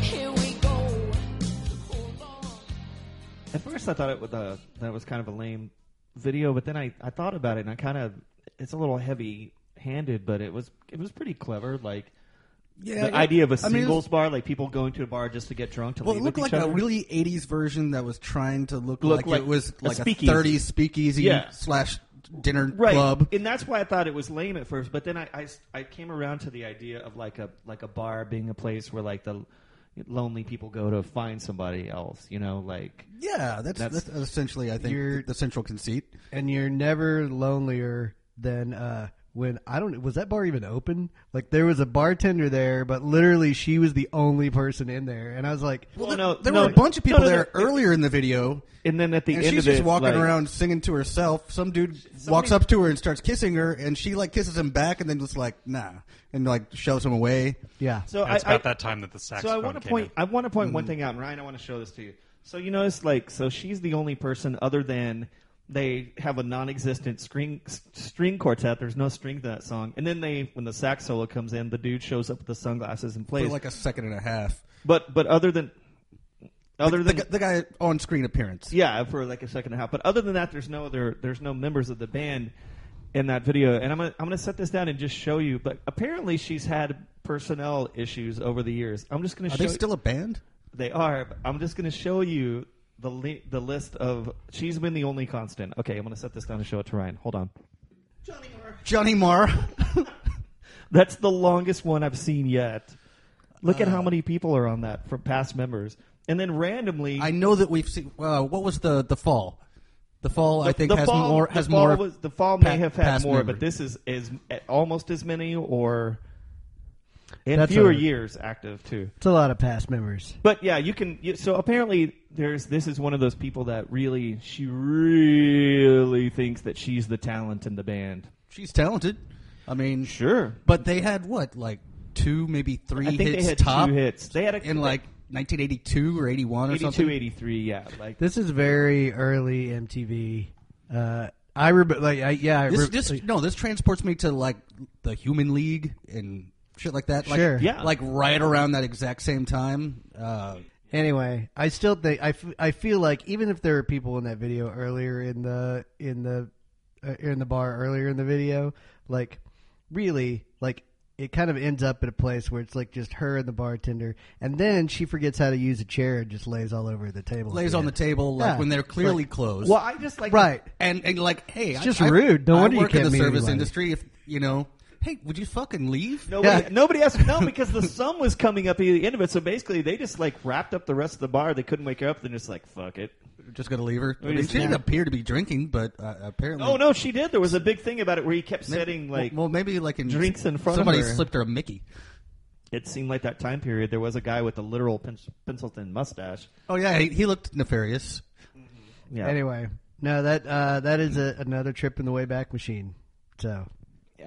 G: here we go. Hold on.
D: At first, I thought it was a, that was kind of a lame video, but then I, I thought about it and I kind of it's a little heavy handed, but it was it was pretty clever. Like
C: Yeah,
D: the idea of a
C: I mean, it
D: singles
C: was-
D: bar, like people going to a bar just to get drunk to
C: Well, it
D: leave
C: looked
D: with
C: like
D: each
C: a
D: other.
C: really '80s version that was trying to look,
D: Look
C: like,
D: like
C: it was
D: a
C: like a,
D: speakeasy.
C: '30s speakeasy
D: Yeah.
C: slash dinner
D: right.
C: club.
D: and that's why I thought it was lame at first. But then I, I s- I came around to the idea of like a like a bar being a place where like the lonely people go to find somebody else. You know, like
C: Yeah, that's,
D: That's-
C: that's, essentially, I think,
F: You're-
C: the central conceit.
F: And you're never lonelier than uh, when I don't. Was that bar even open? Like there was a bartender there, but literally she was the only person in there, and I was like,
D: Well,
C: Well,
D: no,
C: there
D: no,
C: were a bunch of people
D: no, no,
C: there
D: no.
C: earlier in the video,
D: and then at the
C: and
D: end
C: she's
D: of
C: just
D: it,
C: walking
D: like,
C: around singing to herself. Some dude walks up to her and starts kissing her, and she like kisses him back, and then just like nah, and like shoves him away.
F: yeah,
D: So
E: And it's
D: I,
E: about
D: I,
E: that time that the
D: So
E: saxophone
D: I want to
E: came
D: point.
E: in.
D: I want to point
C: Mm-hmm.
D: one thing out, and Ryan, I want to show this to you. So you notice, like, so she's the only person other than they have a non-existent string s- string quartet. There's no string to that song, and then they, when the sax solo comes in, the dude shows up with the sunglasses and
C: For
D: plays.
C: like a second and a half.
D: but but other than other
C: the,
D: than
C: gu- the guy on screen appearance.
D: yeah, for like a second and a half. But other than that, there's no other. There's no members of the band in that video. And I'm gonna I'm gonna set this down and just show you. But apparently, she's had personnel issues over the years. I'm just gonna
C: Are
D: show
C: they still a band?
D: They are. But I'm just going to show you the li- the list of. She's been the only constant. Okay, I'm going to set this down and show it to Ryan. Hold on.
C: Johnny Marr.
D: That's the longest one I've seen yet. Look
C: Uh.
D: at how many people are on that from past members, and then randomly.
C: I know that we've seen. Uh, what was the the fall? The fall I think has
D: fall,
C: more has
D: the fall
C: more
D: was, the fall
C: pa-
D: may have had
C: past
D: more,
C: memory.
D: but this is is almost as many or and
F: That's
D: fewer
F: a-
D: years active too.
F: it's a lot of past members.
D: But yeah, you can. You, so apparently, there's this is one of those people that really she really thinks that she's the talent in the band.
C: she's talented. I mean,
D: Sure,
C: But they had what like two, maybe three
D: I think
C: hits
D: they had
C: top
D: two hits. They had a,
C: in like 1982 or 81 or something.
D: 82, 83, Yeah, like
F: This is very early MTV. Uh, I remember, like, I, yeah, I
C: This,
F: rem-
C: this no, this transports me to like the Human League and shit like that. Like,
F: Sure.
D: Yeah.
C: like right around that exact same time. Uh,
F: Anyway, I still think I, f- I feel like even if there were people in that video earlier in the in the uh, in the bar earlier in the video, like really like it kind of ends up at a place where it's like just her and the bartender, and then she forgets how to use a chair and just lays all over the table.
C: lays
F: Yeah.
C: on the table like
F: Yeah.
C: when they're clearly
F: Like-
C: closed.
D: well, I just like
F: right.
C: and and like, hey, it's I,
F: just
C: I-
F: rude. No
C: I
F: wonder you
C: work in
F: can't
C: the
F: meet
C: service
F: anybody.
C: industry. If you know, hey, would you fucking leave?
D: Nobody,
F: Yeah.
D: nobody asked. No, because the sun was coming up at the end of it. So basically, they just like wrapped up the rest of the bar. They couldn't wake her up. They're just like, fuck it.
C: just gonna leave her. I mean,
D: just-
C: she didn't
D: yeah.
C: appear to be drinking, but uh, apparently,
D: Oh no, she did. There was a big thing about it where he kept setting like
C: well, maybe like in
D: drinks in front of
C: somebody
D: her.
C: slipped her a Mickey.
D: it seemed like that time period. There was a guy with a literal pen- pencil thin mustache.
C: Oh yeah, he, he looked nefarious.
D: Yeah.
F: Anyway, no that uh, that is a, another trip in the Wayback Machine. So,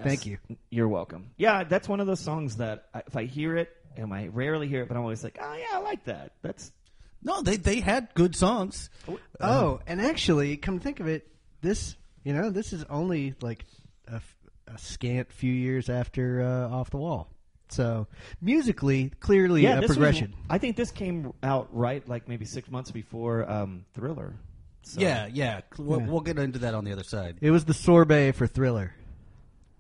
F: thank you.
D: You're welcome. Yeah, that's one of those songs that I, if I hear it, and I rarely hear it, but I'm always like, oh yeah, I like that. That's
C: No, they they had good songs.
D: uh,
F: Oh, and actually, come to think of it, this you know this is only like a, f- a scant few years after uh, Off the Wall. So musically, clearly
D: yeah,
F: a
D: this was-
F: progression.
D: I think this came out right like maybe six months before um, Thriller. So,
C: Yeah, yeah. We'll, we'll get into that on the other side.
F: it was the sorbet for Thriller,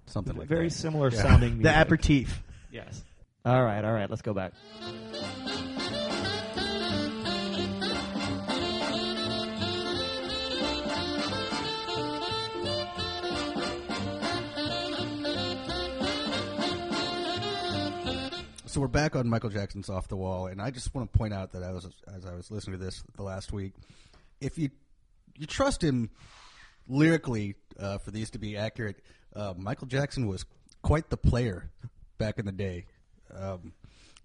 C: Something like
D: very
C: that.
D: similar sounding.
F: the
D: music.
F: aperitif.
D: Yes. All right, all right. Let's go back.
C: So we're back on Michael Jackson's Off the Wall, and I just want to point out that I was as I was listening to this the last week, if you you trust him lyrically uh, for these to be accurate, uh, Michael Jackson was quite the player back in the day. Um,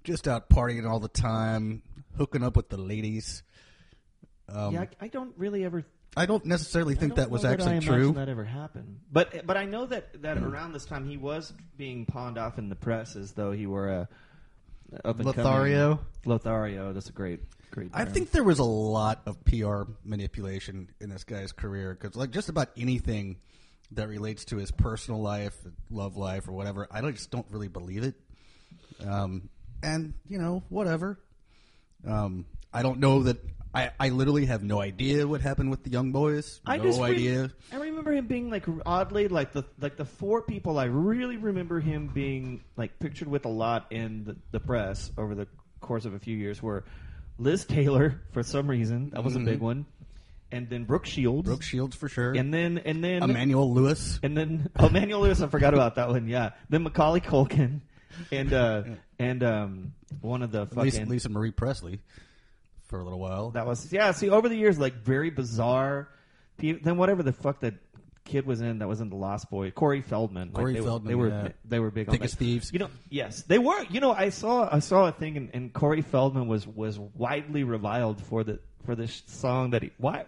C: just out partying all the time, hooking up with the ladies.
D: yeah, I, I don't really ever
C: Um, I don't necessarily think
D: I
C: that
D: don't
C: was
D: know
C: actually
D: I imagine
C: true.
D: That ever happened? But but I know that that around this time he was being pawned off in the press as though he were a up and coming-
F: Lothario?
D: Lothario, that's a great great.
C: I
D: term.
C: think there was a lot of PR manipulation in this guy's career because, like, just about anything that relates to his personal life, love life, or whatever, I don't- just don't really believe it. Um, and you know, whatever. Um, I don't know that. I, I literally have no idea what happened with the young boys.
D: I
C: no
D: just re-
C: idea.
D: I remember him being like oddly like the like the four people I really remember him being like pictured with a lot in the, the press over the course of a few years were Liz Taylor for some reason that was a big one, and then Brooke Shields,
C: Mm-hmm. Brooke Shields for sure.
D: and then and then
C: Emmanuel Lewis.
D: And then oh, Manuel Lewis, I forgot about that one. Yeah. Then Macaulay Culkin, and uh, and um, one of the fucking
C: Lisa, Lisa Marie Presley for a little while.
D: that was yeah. See, over the years, like very bizarre. pe- Then whatever the fuck that kid was in that was in the Lost Boy, Corey Feldman. like,
C: Corey
D: they, were-
C: Feldman,
D: They were
C: yeah.
D: they were big. on
C: Thick as
D: that.
C: thieves.
D: You know, yes, they were. You know, I saw I saw a thing, and, and Corey Feldman was was widely reviled for the for this song that he why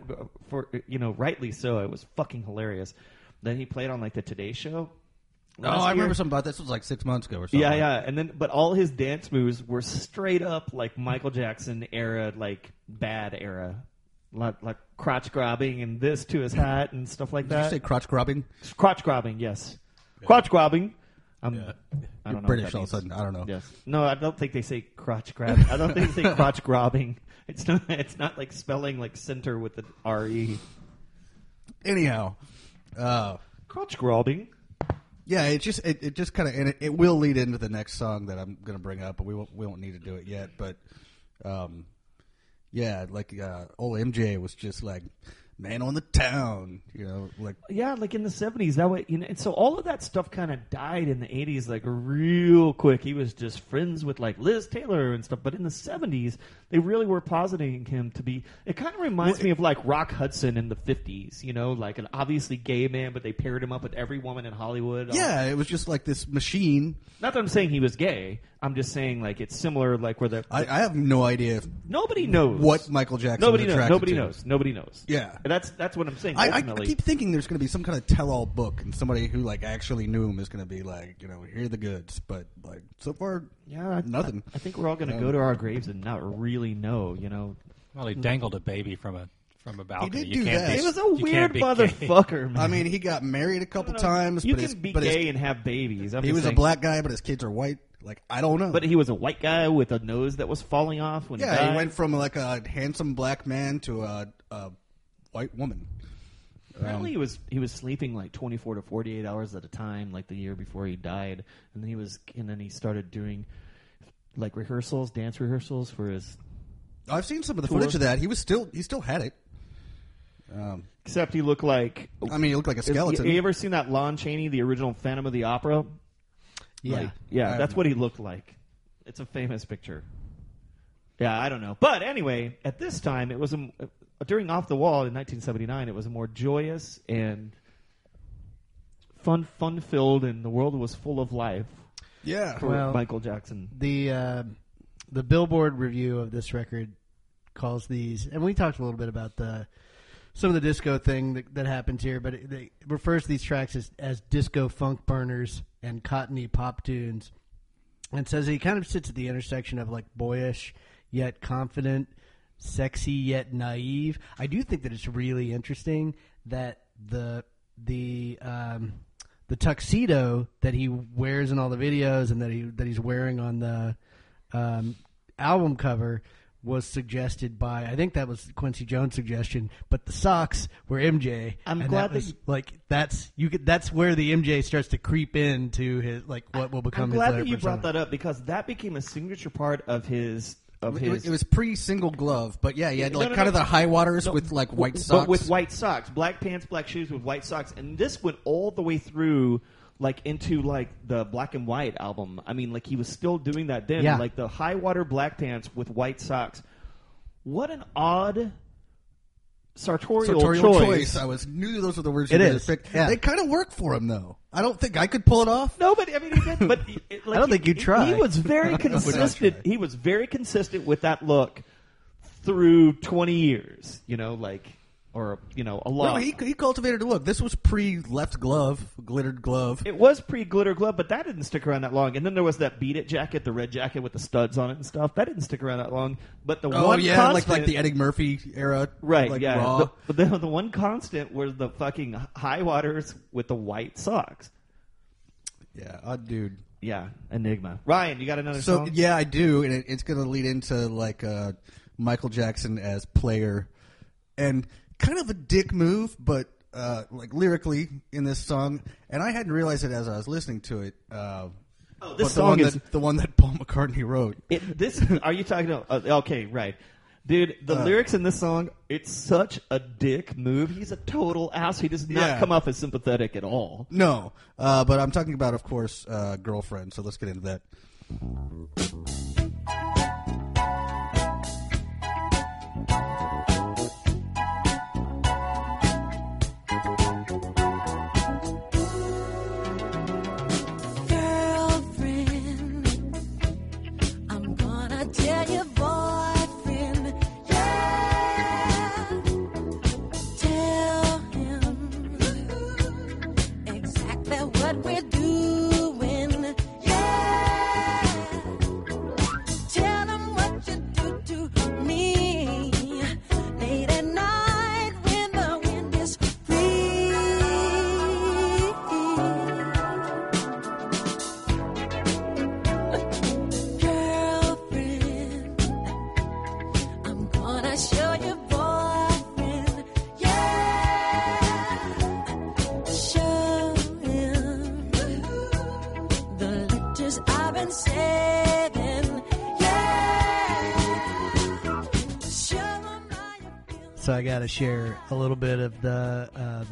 D: for you know rightly so. It was fucking hilarious. Then he played on like the Today Show.
C: oh, I remember something about this. was like six months ago or something.
D: Yeah, yeah, and then but all his dance moves were straight up like Michael Jackson era, like bad era, like, like crotch grabbing and this to his hat and stuff like
C: Did you
D: that.
C: say crotch grabbing?
D: crotch grabbing, yes, crotch grabbing. I'm, I
C: You're
D: don't know what
C: British
D: that
C: all of a
D: means.
C: sudden. I don't know.
D: Yes. No, I don't think they say crotch grab. I don't think they say crotch grabbing. It's not. It's not like spelling like center with the R E.
C: Anyhow, uh,
D: Crotch grabbing.
C: yeah, it just it, it just kind of and it, it will lead into the next song that I'm going to bring up, but we won't we won't need to do it yet. But um, yeah, like uh, old MJ was just like man on the town, you know, like
D: yeah, like in the seventies, that way, you know, and so all of that stuff kind of died in the eighties, like real quick. He was just friends with like Liz Taylor and stuff, but in the seventies, they really were positing him to be. It kind of reminds me of like Rock Hudson in the fifties, you know, like an obviously gay man, but they paired him up with every woman in Hollywood.
C: yeah, it was just like this machine.
D: not that I'm saying he was gay. I'm just saying like it's similar, like where the
C: I, I have no idea if
D: nobody knows
C: what Michael Jackson
D: Nobody
C: was
D: knows.
C: attracted
D: Nobody
C: to.
D: knows. Nobody knows.
C: Yeah.
D: and that's that's what I'm saying.
C: I, I
D: ultimately.
C: keep thinking there's going to be some kind of tell-all book, and somebody who like actually knew him is going to be like, you know, here are the goods. But like so far,
D: Yeah, I,
C: nothing.
D: I, I think we're all going to go to our graves and not really know. You know,
E: Well, he dangled a baby from a from a balcony.
C: did
E: you
C: do
E: can't
C: that.
E: Be,
C: It
D: it was a
E: you
D: weird
E: can't be gay.
D: motherfucker. Man.
C: I mean, he got married a couple
D: You know,
C: times.
D: You
C: but his,
D: can be
C: but his-
D: gay and have babies. I'm
C: he
D: just
C: was a
D: saying.
C: black guy, but his kids are white. Like I don't know.
D: but he was a white guy with a nose that was falling off when he
C: yeah,
D: died.
C: he went from like a handsome black man to a, a white woman.
D: Apparently, he was he was sleeping like 24 to 48 hours at a time, like the year before he died, and then he was and then he started doing like rehearsals, dance rehearsals for his.
C: I've seen some of the
D: Tour.
C: footage of that. He was still he still had it.
D: Except he looked like
C: I mean, he looked like a
D: Is-
C: skeleton.
D: you ever seen that Lon Chaney, the original Phantom of the Opera?
F: Yeah.
D: Like, yeah,
C: I
D: that's
C: have
D: what he looked like. It's a famous picture. Yeah, I don't know, but anyway, at this time it was a, uh, during Off the Wall in 1979. It was a more joyous and fun, fun filled, and the world was full of life
C: yeah,
D: for
F: Well-
D: Michael Jackson.
F: the uh, the Billboard review of this record calls these, and we talked a little bit about the some of the disco thing that, that happens here, but it, it refers to these tracks as, as disco funk burners and cottony pop tunes, and says he kind of sits at the intersection of like boyish yet confident, sexy yet naive. I do think that it's really interesting that the the um, the tuxedo that he wears in all the videos and that he that he's wearing on the um, album cover was suggested by I think that was Quincy Jones' suggestion, but the socks were MJ.
D: I'm
F: and
D: glad that
F: was,
D: you-
F: like that's you could, that's where the MJ starts to creep into his like what will become.
D: I'm
F: his
D: glad
F: other
D: that you
F: persona.
D: brought that up because that became a signature part of his of
C: It
D: his.
C: was, it was pre-single glove, but yeah, he had
D: No,
C: like
D: no,
C: kind
D: no.
C: of the high waters
D: No,
C: with like
D: w-
C: white socks.
D: But with white socks, black pants, black shoes with white socks, and this went all the way through, like into like the black and white album. I mean, like he was still doing that then,
F: Yeah.
D: like the high water black pants with white socks. What an odd sartorial,
C: Sartorial choice.
D: choice.
C: I was knew those were the words you
F: It
C: were gonna
F: is.
C: pick.
F: Yeah.
C: They kind of work for him though. I don't think I could pull it off.
D: No, but I mean, he did. But he- it- like,
F: I don't think
D: he-
F: you'd try.
D: He was very consistent.
C: try.
D: he was very consistent with that look through twenty years. You know, like or you know, a lot.
C: No, he he cultivated a look. This was pre left glove, glittered glove.
D: It was pre glitter glove, but that didn't stick around that long. And then there was that beat it jacket, the red jacket with the studs on it and stuff. That didn't stick around that long. But the one
C: oh yeah, like
D: constant,
C: like the Eddie Murphy era,
D: right,
C: Like
D: yeah.
C: raw.
D: The, but the, the one constant were the fucking high waters with the white socks.
C: yeah, odd dude.
D: Yeah, Enigma. Ryan, you got another
C: So
D: song?
C: yeah, I do, and it, it's going to lead into like uh, Michael Jackson as player, and kind of a dick move, but uh, like lyrically in this song, and I hadn't realized it as I was listening to it. Uh,
D: Oh, this
C: but the
D: song
C: one
D: is-
C: that, the one that Paul McCartney wrote.
D: It, this are you talking about? Uh, okay, right. Dude, the lyrics in this song, it's such a dick move. He's a total ass. He does not
C: Yeah.
D: come off as sympathetic at all.
C: No, uh, but I'm talking about, of course, uh, girlfriend. So let's get into that.
G: girlfriend. I'm gonna tell your boyfriend, yeah. Tell him exactly what we're doing, yeah. Tell him what you do to me late at night when the wind is free. girlfriend. I'm gonna show your boyfriend. Yeah, show him the letters I've been saving. Yeah, show him how you feel.
F: So I got to share a little bit of the um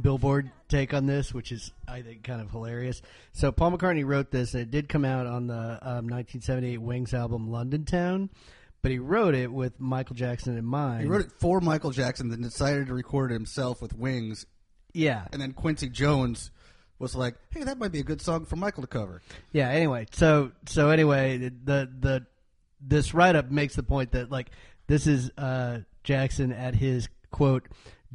F: Billboard take on this, which is I think kind of hilarious. So Paul McCartney wrote this, and it did come out on the um, 1978 Wings album London Town, but he wrote it with Michael Jackson in
D: Mm.
F: mind.
C: He wrote it for Michael Jackson, then decided to record it himself with Wings,
F: yeah,
C: and then Quincy Jones was like, "Hey, that might be a good song for Michael to cover."
F: yeah. Anyway, so so anyway, the the, the this write up makes the point that like this is uh, Jackson at his quote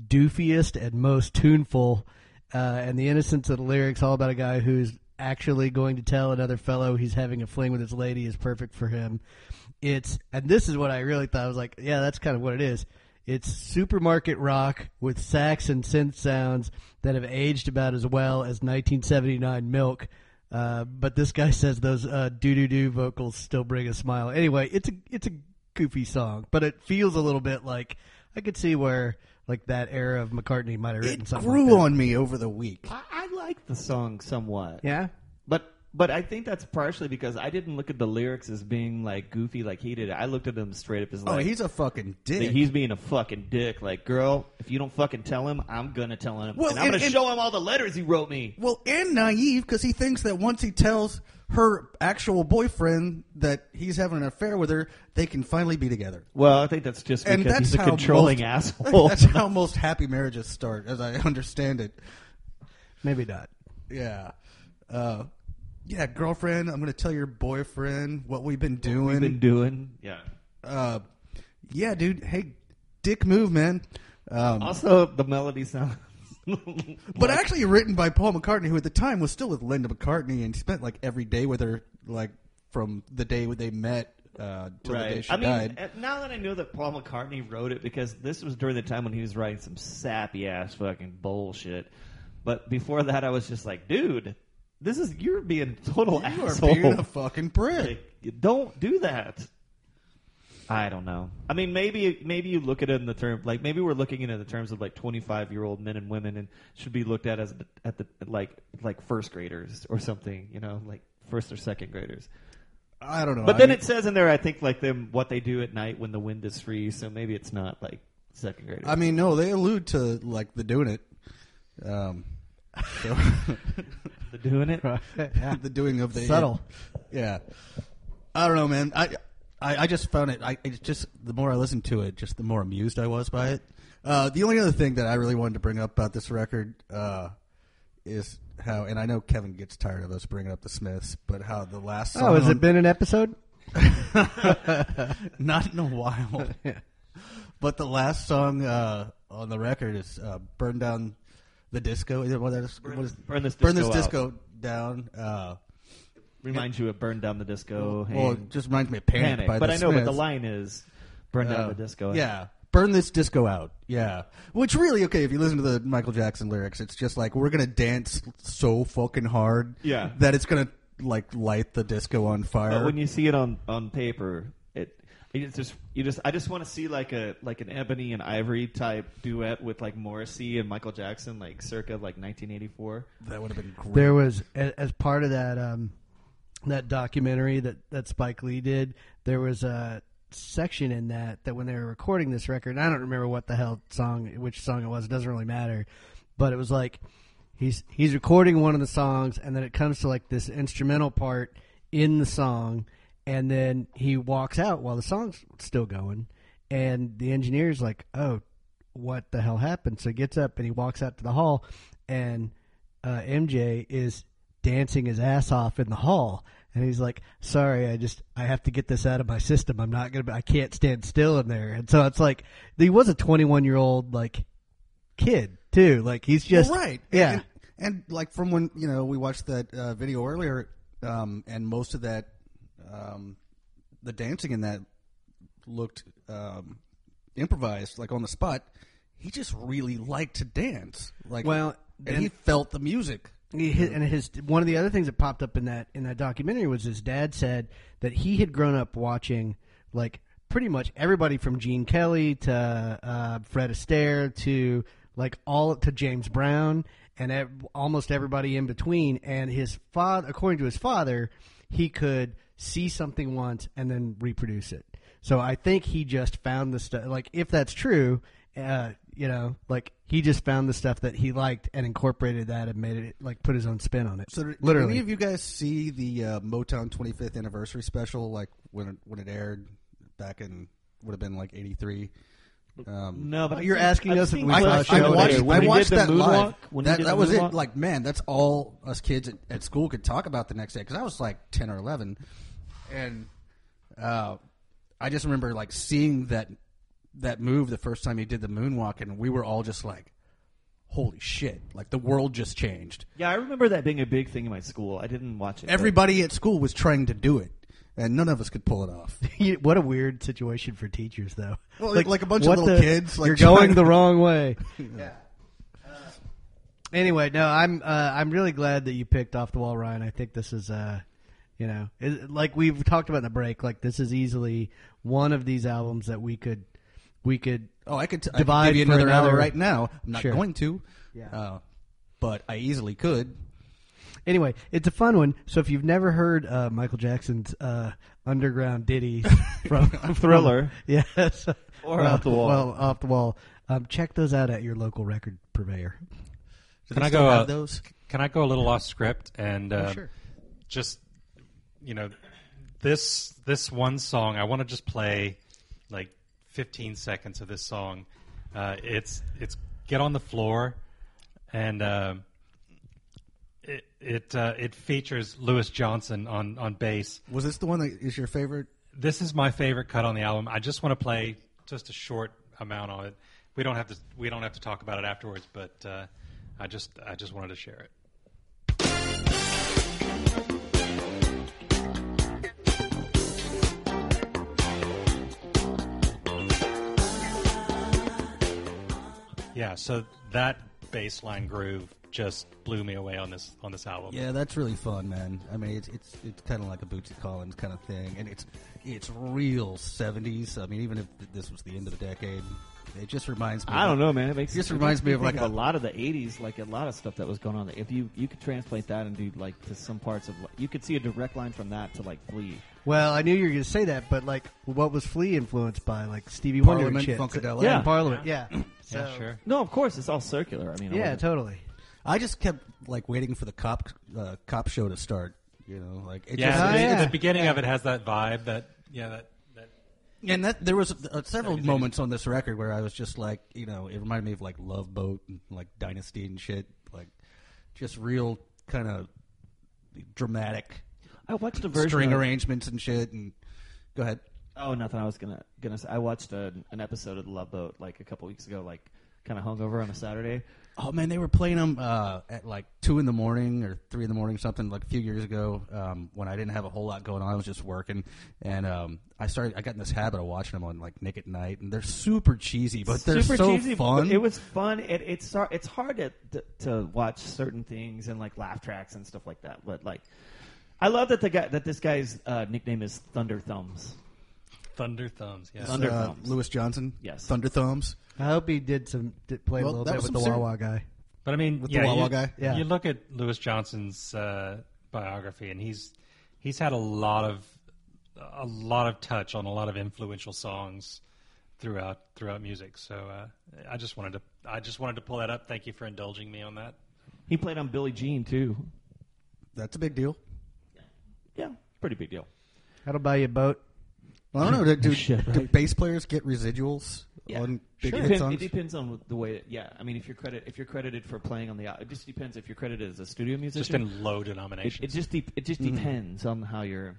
F: doofiest and most tuneful, uh, and the innocence of the lyrics all about a guy who's actually going to tell another fellow he's having a fling with his lady is perfect for him. It's and this is what I really thought I was like, yeah, that's kind of what it is. It's supermarket rock with sax and synth sounds that have aged about as well as 1979 milk. Uh, but this guy says those uh, doo doo doo vocals still bring a smile. Anyway, it's a it's a goofy song, but it feels a little bit like I could see where like that era of McCartney might have written
C: It
F: something.
C: grew
F: like that.
C: on me over the week.
D: I, I like the song somewhat.
F: yeah.
D: But but I think that's partially because I didn't look at the lyrics as being like goofy like he did. I looked at them straight up as
C: Oh,
D: like
C: he's a fucking
D: that
C: dick.
D: he's being a fucking dick. Like, girl, if you don't fucking tell him, I'm gonna tell him,
C: Well,
D: and I'm
C: and-
D: gonna
C: and-
D: show him all the letters he wrote me.
C: well, and naive because he thinks that once he tells her actual boyfriend that he's having an affair with her, they can finally be together.
D: Well, I think that's just because
C: And that's
D: he's a
C: how
D: controlling
C: most,
D: asshole.
C: That's how most happy marriages start, as I understand it.
F: Maybe not.
C: Yeah. Uh, yeah, girlfriend, I'm going to tell your boyfriend what we've been doing.
D: been doing. Yeah.
C: uh, yeah, dude. Hey, dick move, man. Um,
D: Also, the melody sounds.
C: but actually written by Paul McCartney, who at the time was still with Linda McCartney and spent like every day with her, like from the day when they met uh, till the day she
D: I mean,
C: died.
D: uh, now that I know that Paul McCartney wrote it, because this was during the time when he was writing some sappy ass fucking bullshit. But before that, I was just like, dude, this is you're being a total
C: you are
D: asshole.
C: being a fucking prick.
D: Like, don't do that. I don't know. I mean, maybe maybe you look at it in the term like maybe we're looking at it in the terms of like twenty five year old men and women and should be looked at as the, at the like like first graders or something, you know, like first or second graders.
C: I don't know.
D: But
C: I
D: then
C: mean,
D: it says in there, I think like them what they do at night when the wind is free. So maybe it's not like second graders.
C: I mean, no, they allude to like the doing it, um, so-
D: The doing
F: Oh,
D: it.
C: the doing of the
F: Subtle.
C: Yeah, I don't know, man. I I, I just found it. I it's just the more I listened to it, just the more amused I was by it. Uh, the only other thing that I really wanted to bring up about this record uh, is how, and I know Kevin gets tired of us bringing up the Smiths, but how the last song
F: Oh, has it been an episode?
C: not in a while. But the last song uh, on the record is uh, "Burn Down the Disco." Is it- what is- what is-
D: Burn This
C: burn
D: Disco
C: this
D: Out.
C: disco down. Uh,
D: Reminds you of burn down the disco.
C: well,
D: hang-
C: it just reminds me of "Panic."
D: panic.
C: by
D: But
C: the
D: I know, but the
C: Smiths. Oh,
D: line is burn down the disco.
C: Yeah. Burn this disco out. Yeah. Which really, okay, if you listen to the Michael Jackson lyrics, it's just like, we're going to dance so fucking hard
D: Yeah.
C: that it's going to, like, light the disco on fire.
D: But Uh, when you see it on on paper, it it's just you just I just want to see like a like an ebony and ivory type duet with like Morrissey and Michael Jackson, like circa like 1984.
C: that would have been great.
F: There was a- as part of that um, that documentary that that Spike Lee did. There was a section in that that when they were recording this record, and I don't remember what the hell song, which song it was. It doesn't really matter, but it was like he's he's recording one of the songs, and then it comes to like this instrumental part in the song, and then he walks out while the song's still going, and the engineer's like, "Oh, what the hell happened?" So he gets up and he walks out to the hall, and uh, MJ is dancing his ass off in the hall and he's like sorry i just i have to get this out of my system i'm not gonna be- i can't stand still in there and so it's like he was a 21 year old like kid too like he's just
C: Well, right.
F: yeah
C: And, and, like from when you know we watched that uh, video earlier, um, and most of that, um, the dancing in that looked um, improvised, like on the spot. He just really liked to dance. Like
F: Well,
C: and
F: and-
C: he felt the music.
F: He- his- and his one of the other things that popped up in that in that documentary was his dad said that he had grown up watching like pretty much everybody from Gene Kelly to uh, Fred Astaire to like all to James Brown and ev- almost everybody in between. And his father, according to his father, he could see something once and then reproduce it. So I think he just found the stuff. Like if that's true, uh, you know, like he just found the stuff that he liked and incorporated that and made it like put his own spin on it.
C: So did, did
F: literally,
C: any of you guys see the uh, Motown 25th anniversary special? Like when it, when it aired back in would have been like '83. Um,
D: No, but
F: You're
D: I've seen-
F: asking
D: I've
F: us if
D: seen
F: we
C: I,
F: saw
D: clips
F: a
C: I,
F: show
D: of it.
C: watched,
D: When
C: I
D: he did
C: watched
D: the
C: that live.
D: moonwalk- when he
C: that
D: did
C: that
D: the
C: was
D: moonwalk.
C: it. Like, man, that's all us kids at, at school could talk about the next day because I was like ten or eleven, and uh, I just remember like seeing that that move the first time he did the moonwalk, and we were all just like, "Holy shit!" Like the world just changed.
D: Yeah, I remember that being a big thing in my school. I didn't watch it. but-
C: Everybody at school was trying to do it, and none of us could pull it off.
F: what a weird situation for teachers, though.
C: Well, like a bunch of
F: what
C: little
F: the-
C: kids, like,
F: you're going
C: trying-
F: the wrong way. anyway, no, I'm uh, I'm really glad that you picked off the wall, Ryan. I think this is uh, you know, it, like we've talked about in the break, like this is easily one of these albums that we could we could
C: Oh, I could t-
F: Divide
C: I could give you
F: for
C: another hour
F: another-
C: right now. I'm not
F: Sure.
C: going to.
F: Yeah.
C: Uh, but I easily could.
F: Anyway, it's a fun one. So if you've never heard uh, Michael Jackson's uh, underground ditties from
D: Thriller.
F: yes,
D: Or Off the Wall.
F: well, off the wall, um, check those out at your local record purveyor.
C: Do
E: Can
C: they
E: I
C: still
E: go,
C: have
E: uh,
C: those?
E: Can I go a little off script and
D: Oh,
E: uh,
F: sure.
E: just you know this this one song? I want to just play like 15 seconds of this song. Uh, it's it's get on the floor, and uh, it it uh, it features Lewis Johnson on on bass.
C: Was this the one that is your favorite?
E: This is my favorite cut on the album. I just want to play just a short amount of it. We don't have to we don't have to talk about it afterwards, but uh, I just I just wanted to share it. Yeah, so that bass line groove just blew me away on this on this album.
C: Yeah, that's really fun, man. I mean, it's it's it's kind of like a Bootsy Collins kind of thing, and it's it's real seventies. I mean, even if th- this was the end of the decade, it just reminds me.
D: I
C: of-
D: don't know, man. It makes
C: Just
D: it
C: reminds
D: makes
C: me of like
D: think
C: a-
D: lot of the '80s, like a lot of stuff that was going on. If you you could translate that and do like to some parts of, like, you could see a direct line from that to like Flea.
F: Well, I knew you were going to say that, but like, what was Flea influenced by? Like Stevie
C: Parliament,
F: Wonder, and shit.
C: Funkadelic.
D: Yeah.
F: Parliament, yeah,
E: Yeah,
F: So-
E: sure.
D: No, of course, it's all circular. I mean, I
F: yeah,
D: wasn't-
F: totally.
C: I just kept like waiting for the cop uh, cop show to start. You know, like it
E: Yeah,
C: just,
F: Oh,
E: the,
F: yeah.
E: the beginning of it has that vibe. That yeah, that, that
C: And that there was uh, several moments on this record where I was just like, you know, it reminded me of like Love Boat and like Dynasty and shit, like just real kind of dramatic
D: I watched a version.
C: string
D: of,
C: arrangements and shit. And go ahead.
D: Oh, nothing. I was gonna gonna. Say, I watched a, an episode of The Love Boat like a couple weeks ago, like kind of hungover on a Saturday.
C: Oh man, they were playing them uh, at like two in the morning or three in the morning, something like a few years ago um, when I didn't have a whole lot going on. I was just working, and um, I started. I got in this habit of watching them on like Nick at Night, and they're super cheesy, but they're
D: super
C: so
D: cheesy, but
C: fun.
D: It was fun. It, it's sar- it's hard to, to to watch certain things and like laugh tracks and stuff like that. But like, I love that the guy that this guy's uh, nickname is Thunder Thumbs.
E: Thunder Thumbs. Yeah.
D: Thunder
C: uh,
D: Thumbs.
C: Lewis Johnson,
D: Yes.
C: Thunder Thumbs.
F: I hope he did some did play
C: Well,
F: a
C: that
F: little bit
C: was
F: with the
C: some ser-
F: Wawa guy.
E: But I mean,
C: With the
E: yeah,
C: Wawa
E: you,
C: guy?
F: Yeah.
E: you look at Lewis Johnson's uh, biography, and he's he's had a lot of a lot of touch on a lot of influential songs throughout throughout music. So uh, I just wanted to I just wanted to pull that up. Thank you for indulging me on that.
D: He played on Billie Jean too.
C: That's a big deal.
D: Yeah, pretty big deal.
F: That'll buy you a boat.
C: Well, I don't know. Do, do,
D: Shit,
C: do
D: right.
C: bass players get residuals on big hit
D: It depends-
C: songs?
D: It depends on the way. That, yeah, I mean, if you're credit, if you're credited for playing on the, it just depends if you're credited as a studio
E: Just
D: musician.
E: in low
D: it,
E: denominations.
D: it just de- it just depends on how you're.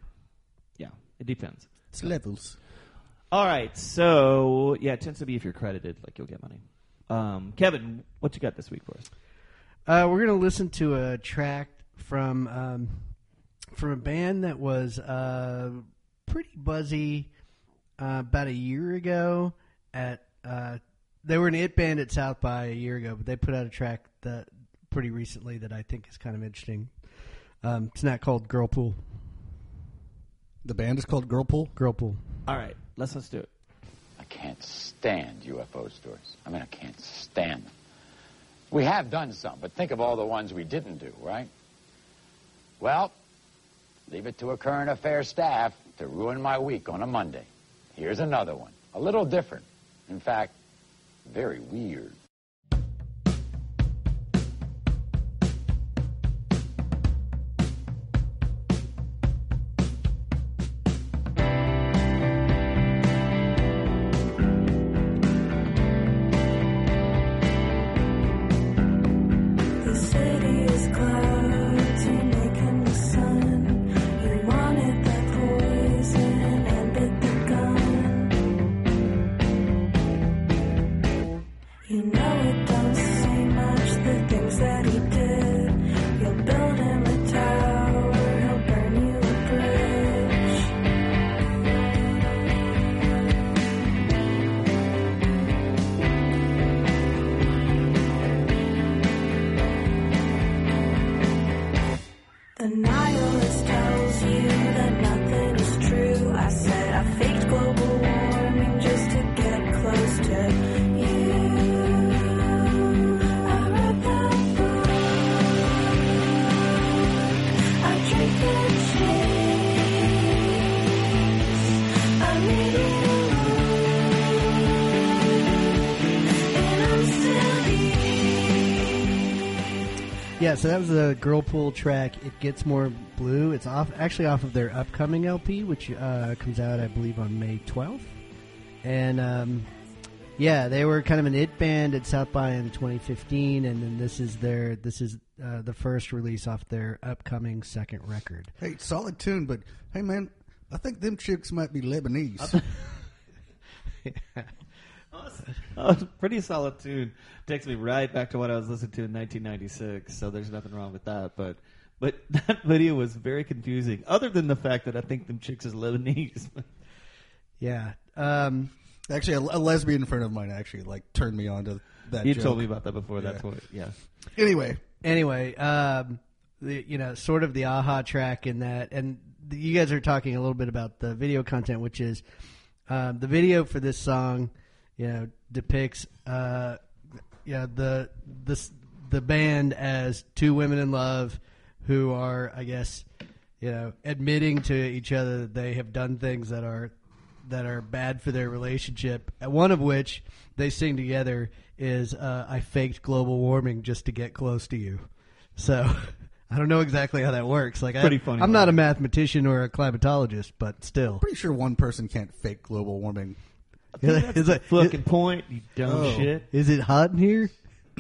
D: Yeah, it depends.
C: It's levels.
D: All right, so yeah, it tends to be if you're credited, like you'll get money. Um, Kevin, what you got this week for us?
F: Uh, we're gonna listen to a track from um, from a band that was uh, pretty buzzy uh, about a year ago. At uh, they were an it band at South by a year ago, but they put out a track that pretty recently that I think is kind of interesting. Um, it's not called Girl Pool.
C: The band is called Girlpool.
F: Girl Pool.
D: All right, let's let's do it.
H: I can't stand UFO stories. I mean, I can't stand them. We have done some, but think of all the ones we didn't do, right? Well, leave it to a current affair staff to ruin my week on a Monday. Here's another one, a little different. In fact, very weird.
I: The city is clouds, you making the sun. You wanted that poison, ended the gun. You know it don't say much, the things that he did. You'll build him a tower, he'll burn you a bridge. The nihilist tells you that nothing is true. I said I faked global warming just to get close to you. I read that book. I drink the chase. I need it all. And I'm still here.
F: Yeah, so that was the Girl Pool track. It gets more blue. It's off, actually off of their upcoming LP, which uh, comes out, I believe, on May twelfth. And um, yeah, they were kind of an it band at South by in 2015, and then this is their this is uh, the first release off their upcoming second record.
C: Hey, solid tune, but hey, man, I think them chicks might be Lebanese.
D: Oh, it's a pretty solid tune. Takes me right back to what I was listening to in 1996. So there's nothing wrong with that. But but that video was very confusing. Other than the fact that I think them chicks is Lebanese.
F: Yeah, um,
C: actually, a, a lesbian friend of mine actually like turned me on to that.
D: you
C: joke.
D: told me about that before. That's what. Yeah.
C: Anyway,
F: anyway, um, the, you know, sort of the aha track in that, and the, you guys are talking a little bit about the video content, which is um, the video for this song. You know, depicts uh, you know the this the band as two women in love who are, I guess, you know, admitting to each other that they have done things that are that are bad for their relationship. and One of which they sing together is uh, "I faked global warming just to get close to you." So I don't know exactly how that works. Like,
D: Pretty
F: I,
D: funny
F: I'm not a
D: line.
F: mathematician or a climatologist, but still,
C: pretty sure one person can't fake global warming.
F: is, it,
D: Fucking point. You dumb
C: Oh.
D: shit.
F: is it hot in here?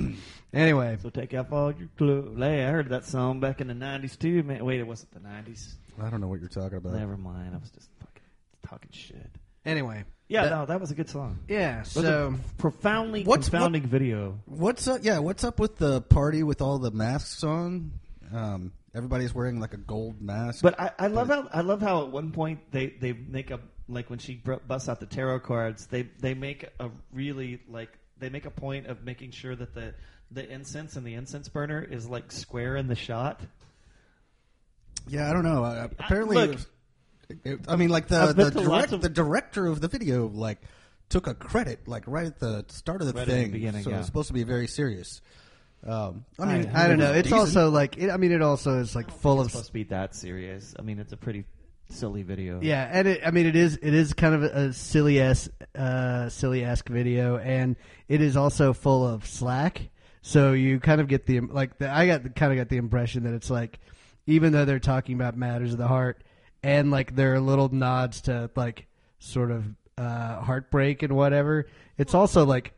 F: anyway,
D: So take off all your clothes. Hey, I heard that song back in the 90s too, man. Wait, it wasn't the 90s.
C: I don't know what you're talking about.
D: Never mind. I was just fucking talking shit.
F: anyway,
D: Yeah,
F: That-
D: no, that was a good song.
F: yeah.
D: It was
F: So
D: a profoundly
C: What's- what-
D: confounding video.
C: What's up? Yeah, what's up with the party with all the masks on? Um, everybody's wearing like a gold mask.
D: But I, I love how I love how at one point they, they make a like when she br- busts out the tarot cards they they make a really like they make a point of making sure that the the incense and the incense burner is like square in the shot.
C: yeah, I don't know. Uh, apparently,
D: look.
C: it was- it- I mean, like the
D: I've
C: the,
D: been to lots
C: direct,
D: of-
C: the director of the video like took a credit like right at the start of the
D: Right at the
C: thing.
D: beginning,
C: so it
D: yeah.
C: was supposed to be very serious. Um, I
F: I,
C: mean,
F: I don't know. It's
C: decent.
F: also like it, I mean, it also is like full
D: It's
F: of
D: supposed to be that serious. I mean, it's a pretty silly video.
F: Yeah, and it, I mean it is it is kind of a silly ass uh, silly ass video, and it is also full of slack. So you kind of get the like the, I got the, kind of got the impression that it's like even though they're talking about matters of the heart and like there are little nods to like sort of uh, heartbreak and whatever, it's also like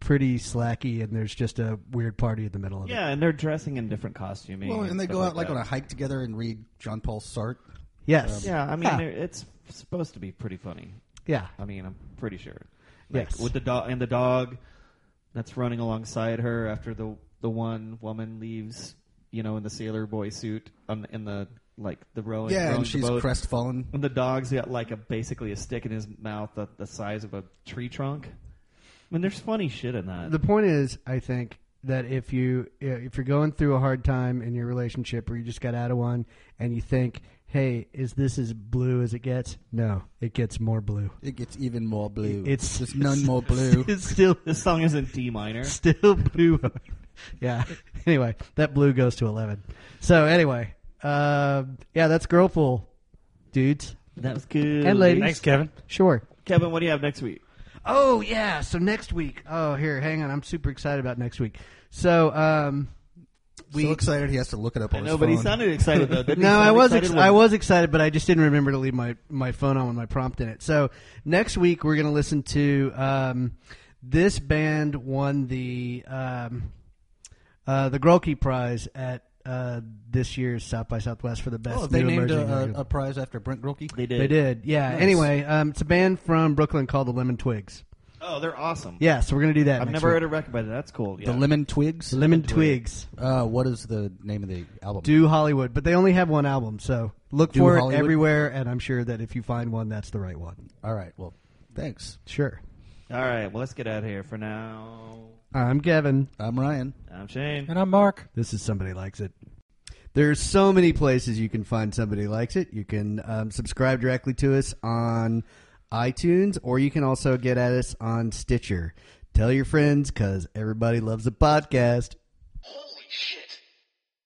F: pretty slacky, and there's just a weird party in the middle of it.
D: yeah, and they're dressing in different costuming.
C: Well, and they
D: stuff
C: go out like
D: that.
C: on a hike together and read John Paul Sartre.
F: Yes.
D: Yeah, I mean
F: Yeah.
D: it's supposed to be pretty funny.
F: Yeah.
D: I mean, I'm pretty sure. Like,
F: Yes.
D: With the dog and the dog that's running alongside her after the the one woman leaves, you know, in the sailor boy suit on in the like the rowing.
C: Yeah,
D: rowing
C: and
D: the
C: she's
D: boat.
C: crestfallen.
D: And the dog's got like a basically a stick in his mouth that the size of a tree trunk. I mean, there's funny shit in that.
F: the point is, I think that if you if you're going through a hard time in your relationship, or you just got out of one, and you think, "Hey, is this as blue as it gets?" No, it gets more blue.
C: It gets even more blue.
F: It's-
C: just none more blue.
F: It's still
D: this song is in D minor.
F: still blue. yeah. Anyway, that blue goes to eleven. So anyway, uh, yeah, that's girlful, dudes.
D: That was good.
F: And ladies.
E: Thanks, Kevin.
F: Sure.
D: Kevin, what do you have next week?
F: Oh yeah, so next week. Oh here, hang on. I'm super excited about next week. So um, we
C: so excited he has to look it up on his
D: Nobody
C: phone.
D: sounded excited though. didn't he?
F: No,
D: Sounded
F: I was
D: excited
F: ex-
D: when-
F: I was excited, but I just didn't remember to leave my, my phone on with my prompt in it. So next week we're going to listen to um, this band won the um, uh, the Grolke Prize at uh, this year's South by Southwest for the best.
C: Oh, they
F: new
C: named
F: emerging
C: a,
F: record.
C: a, a prize after Brent Grulke.
D: They did.
F: They did, yeah.
C: Nice.
F: Anyway, um, it's a band from Brooklyn called the Lemon Twigs.
D: Oh, they're awesome.
F: Yeah, so we're going to do that.
D: I've
F: next
D: never
F: week.
D: heard a record by that. That's cool. Yeah.
C: The Lemon Twigs.
F: The Lemon Twigs.
C: Uh, what is the name of the album?
F: Do Hollywood, but they only have one album, so look
C: Do
F: for
C: Hollywood?
F: it everywhere. And I'm sure that if you find one, that's the right one.
C: All right. Well, thanks.
F: Sure.
D: All right, well, let's get out of here for now.
F: I'm Kevin.
C: I'm Ryan.
D: I'm Shane.
E: And I'm Mark.
F: This is Somebody Likes It. There's so many places you can find Somebody Likes It. You can um, subscribe directly to us on iTunes, or you can also get at us on Stitcher. Tell your friends because everybody loves a podcast.
J: Holy shit.